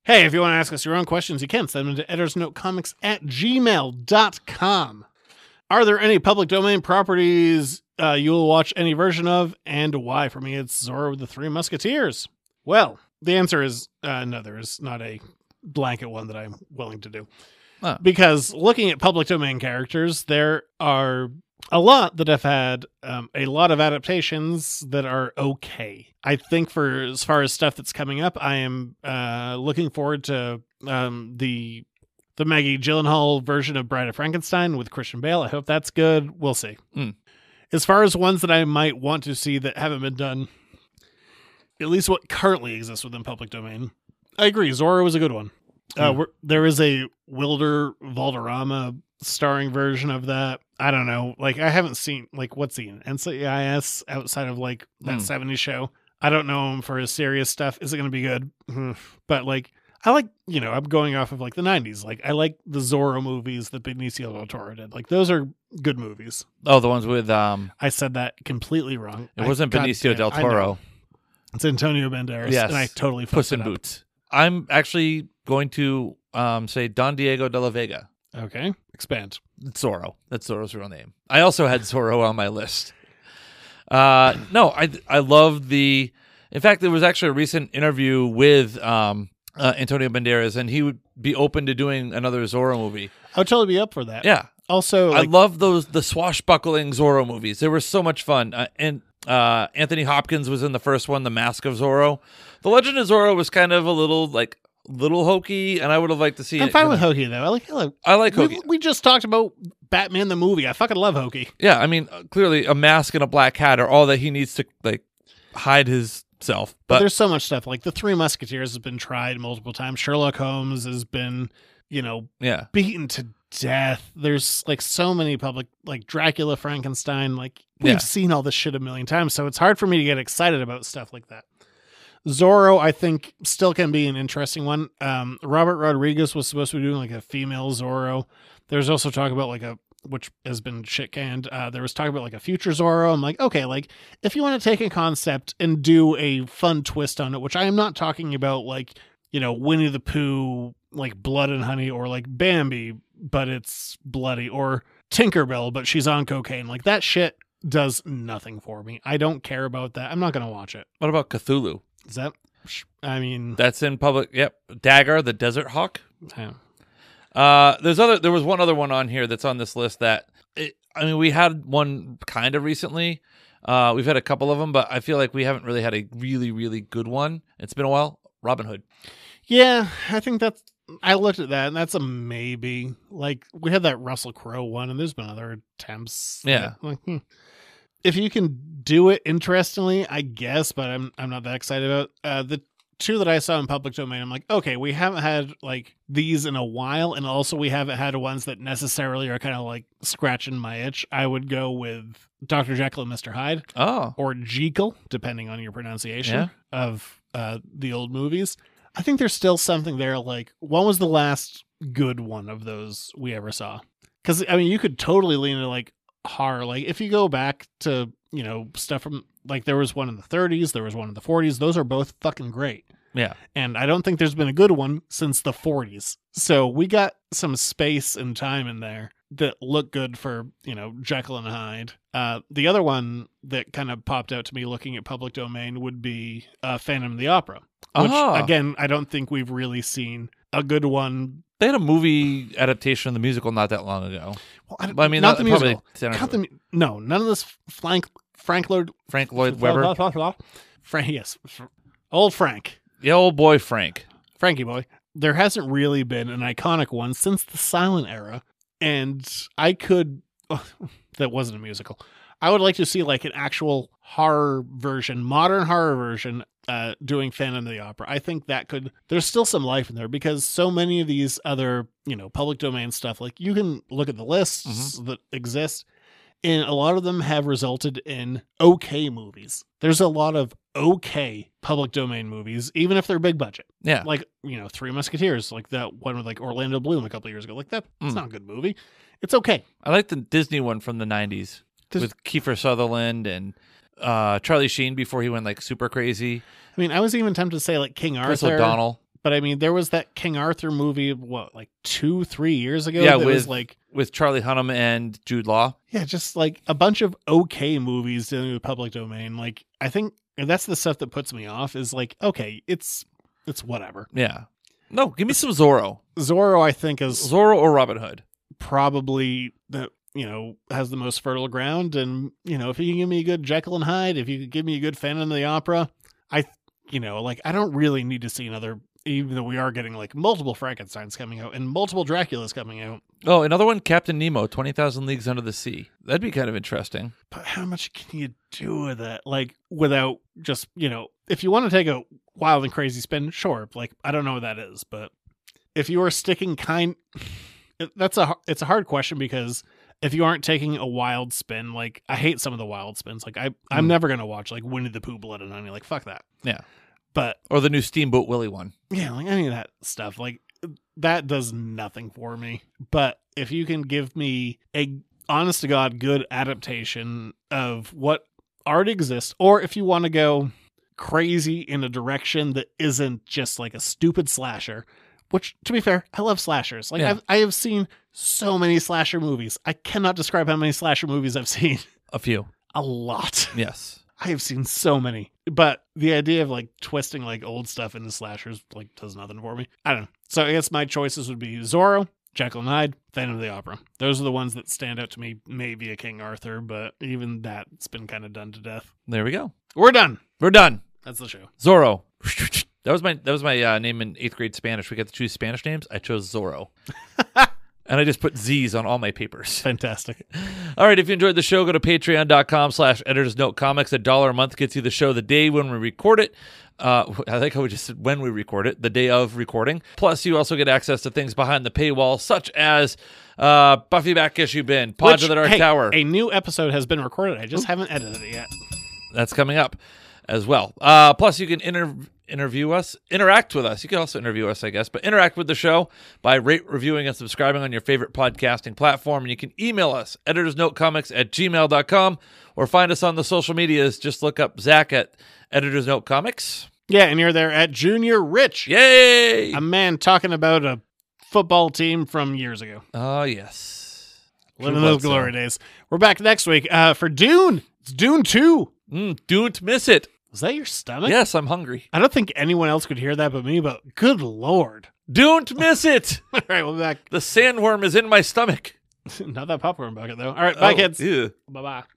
Speaker 5: Hey, if you want to ask us your own questions, you can send them to editorsnotecomics at gmail.com. Are there any public domain properties uh, you'll watch any version of, and why? For me, it's Zorro with the Three Musketeers. Well, the answer is uh, no, there is not a blanket one that I'm willing to do. Oh. Because looking at public domain characters, there are a lot that have had um, a lot of adaptations that are okay. I think for as far as stuff that's coming up, I am uh, looking forward to um, the the Maggie Gyllenhaal version of Bride of Frankenstein with Christian Bale. I hope that's good. We'll see.
Speaker 6: Mm.
Speaker 5: As far as ones that I might want to see that haven't been done, at least what currently exists within public domain, I agree. Zorro was a good one. Mm. Uh, there is a Wilder Valderrama starring version of that. I don't know. Like I haven't seen like what's he in NCIS outside of like
Speaker 6: Hmm.
Speaker 5: that mm. 70s show. I don't know him for his serious stuff. Is it going to be good? Hmm. but like I like, you know, I'm going off of like the 90s. Like I like the Zorro movies that Benicio del Toro did. Like those are good movies.
Speaker 6: Oh, the ones with um
Speaker 5: I said that completely wrong.
Speaker 6: It wasn't I, Benicio damn, del Toro.
Speaker 5: It's Antonio Banderas. Yes. And I totally
Speaker 6: Puss in
Speaker 5: up.
Speaker 6: Boots. I'm actually going to um say Don Diego de la Vega.
Speaker 5: Okay. Expand.
Speaker 6: It's Zorro. That's Zorro's real name. I also had Zorro on my list. Uh, no, I I love the. In fact, there was actually a recent interview with um, uh, Antonio Banderas, and he would be open to doing another Zorro movie.
Speaker 5: I would totally be up for that.
Speaker 6: Yeah.
Speaker 5: Also, like,
Speaker 6: I love those the swashbuckling Zorro movies. They were so much fun. Uh, and Anthony Hopkins was in the first one, The Mask of Zorro. The Legend of Zorro was kind of a little like little hokey, and I would have liked to see.
Speaker 5: I'm fine with hokey though. I like. I like,
Speaker 6: I like hokey.
Speaker 5: We, we, just talked about Batman the movie. I fucking love hokey.
Speaker 6: Yeah, I mean, uh, clearly a mask and a black hat are all that he needs to like hide his self. But, but
Speaker 5: there's so much stuff. Like the Three Musketeers has been tried multiple times. Sherlock Holmes has been, you know,
Speaker 6: yeah,
Speaker 5: beaten to death. There's like so many public, like Dracula, Frankenstein. Like we've yeah. seen all this shit a million times, so it's hard for me to get excited about stuff like that. Zorro, I think, still can be an interesting one. Um, Robert Rodriguez was supposed to be doing like a female Zorro. There's also talk about like a which has been shit canned. Uh, there was talk about like a future Zorro. I'm like, okay, like if you want to take a concept and do a fun twist on it, which I am not talking about like you know Winnie the Pooh, like Blood and Honey, or like Bambi, but it's bloody, or Tinkerbell, but she's on cocaine. Like that shit does nothing for me. I don't care about that. I'm not gonna watch it.
Speaker 6: What about Cthulhu?
Speaker 5: Is that? I mean,
Speaker 6: that's in public. Yep, Dagger, the Desert Hawk. Yeah. Uh, there's other. There was one other one on here that's on this list that. It, I mean, we had one kind of recently. Uh, we've had a couple of them, but I feel like we haven't really had a really, really good one. It's been a while. Robin Hood.
Speaker 5: Yeah, I think that's. I looked at that, and that's a maybe. Like we had that Russell Crowe one, and there's been other attempts.
Speaker 6: Yeah.
Speaker 5: That, like, hmm if you can do it interestingly, I guess, but I'm I'm not that excited about uh, the two that I saw in public domain. I'm like, okay, we haven't had like these in a while, and also we haven't had ones that necessarily are kind of like scratching my itch. I would go with Doctor Jekyll and Mister Hyde,
Speaker 6: oh,
Speaker 5: or Jekyll, depending on your pronunciation yeah. of uh, the old movies. I think there's still something there. Like, when was the last good one of those we ever saw? Because I mean, you could totally lean into like, horror. Like if you go back to, you know, stuff from like there was one in the 30s, there was one in the 40s. Those are both fucking great.
Speaker 6: Yeah.
Speaker 5: And I don't think there's been a good one since the 40s. So we got some space and time in there that look good for, you know, Jekyll and Hyde. Uh, the other one that kind of popped out to me looking at public domain would be uh, Phantom of the Opera, which
Speaker 6: uh-huh.
Speaker 5: again, I don't think we've really seen a good one
Speaker 6: they had a movie adaptation of the musical not that long ago.
Speaker 5: Well, I, I mean, uh, not that, the musical. The, no, none of this Frank Frank Lloyd
Speaker 6: Frank Lloyd Webber. Blah, blah, blah,
Speaker 5: Frank, yes, old Frank,
Speaker 6: the old boy Frank,
Speaker 5: Frankie boy. There hasn't really been an iconic one since the silent era, and I could. Oh, that wasn't a musical. I would like to see like an actual horror version, modern horror version uh, doing Phantom of the Opera. I think that could, there's still some life in there because so many of these other, you know, public domain stuff, like you can look at the lists mm-hmm. that exist, and a lot of them have resulted in okay movies. There's a lot of okay public domain movies, even if they're big budget.
Speaker 6: Yeah.
Speaker 5: Like, you know, Three Musketeers, like that one with like Orlando Bloom a couple years ago. Like that, it's
Speaker 6: Hmm.
Speaker 5: mm. not a good movie. It's okay.
Speaker 6: I like the Disney one from the 90s this- with Kiefer Sutherland and uh Charlie Sheen before he went like super crazy.
Speaker 5: I mean, I was even tempted to say like King Arthur.
Speaker 6: Chris O'Donnell.
Speaker 5: But I mean, there was that King Arthur movie what like two, three years ago.
Speaker 6: Yeah,
Speaker 5: that
Speaker 6: with
Speaker 5: was, like
Speaker 6: with Charlie Hunnam and Jude Law.
Speaker 5: Yeah, just like a bunch of okay movies dealing with public domain. Like I think that's the stuff that puts me off is like okay, it's it's whatever.
Speaker 6: Yeah. No, give me some Zorro.
Speaker 5: Zorro, I think, is
Speaker 6: Zorro or Robin Hood.
Speaker 5: Probably the you know has the most fertile ground, and you know if you can give me a good Jekyll and Hyde, if you could give me a good Phantom of the Opera, I you know like I don't really need to see another. Even though we are getting like multiple Frankenstein's coming out and multiple Dracula's coming out.
Speaker 6: Oh, another one, Captain Nemo, Twenty Thousand Leagues Under the Sea. That'd be kind of interesting.
Speaker 5: But how much can you do with that? Like without just you know, if you want to take a wild and crazy spin, sure. Like I don't know what that is, but if you are sticking kind, that's a it's a hard question because if you aren't taking a wild spin, like I hate some of the wild spins. Like I I'm mm. never gonna watch like Winnie the Pooh, Blood and Honey. Like fuck that.
Speaker 6: Yeah.
Speaker 5: But
Speaker 6: or the new Steamboat Willie one.
Speaker 5: Yeah, like any of that stuff. Like that does nothing for me. But if you can give me a honest to god good adaptation of what art exists, or if you want to go crazy in a direction that isn't just like a stupid slasher. Which, to be fair, I love slashers. Like yeah. I've, I have seen so many slasher movies. I cannot describe how many slasher movies I've seen.
Speaker 6: A few.
Speaker 5: A lot.
Speaker 6: Yes.
Speaker 5: I have seen so many. But the idea of like twisting like old stuff into slashers like does nothing for me. I don't know. So I guess my choices would be Zorro, Jekyll and Hyde, Phantom of the Opera. Those are the ones that stand out to me. Maybe a King Arthur, but even that's been kind of done to death.
Speaker 6: There we go.
Speaker 5: We're done.
Speaker 6: We're done.
Speaker 5: That's the show.
Speaker 6: Zorro. That was my that was my uh, name in eighth grade Spanish. We got to choose Spanish names. I chose Zorro. and I just put Z's on all my papers.
Speaker 5: Fantastic.
Speaker 6: All right, if you enjoyed the show, go to patreon.com slash editors note comics. A dollar a month gets you the show the day when we record it. Uh, I like how we just said when we record it, the day of recording. Plus, you also get access to things behind the paywall, such as uh, Buffy Back Issue Bin, Pod Which, to the Dark
Speaker 5: hey,
Speaker 6: Tower.
Speaker 5: A new episode has been recorded. I just Ooh. haven't edited it yet.
Speaker 6: That's coming up as well. Uh, plus, you can inter- interview us, interact with us. You can also interview us, I guess, but interact with the show by rate, reviewing, and subscribing on your favorite podcasting platform. And you can email us, editorsnotecomics at gmail.com, or find us on the social medias. Just look up Zach at Editors Note Comics.
Speaker 5: Yeah, and you're there at Junior Rich.
Speaker 6: Yay!
Speaker 5: A man talking about a football team from years ago.
Speaker 6: Oh, yes.
Speaker 5: Living those glory so. days. We're back next week uh, for Dune. It's Dune 2.
Speaker 6: Mm, don't miss it.
Speaker 5: Was that your stomach?
Speaker 6: Yes, I'm hungry.
Speaker 5: I don't think anyone else could hear that but me, but good lord.
Speaker 6: Don't miss it.
Speaker 5: All right, we'll be back.
Speaker 6: The sandworm is in my stomach.
Speaker 5: Not that popcorn bucket, though. All right, bye, oh, kids.
Speaker 6: Ew.
Speaker 5: Bye bye.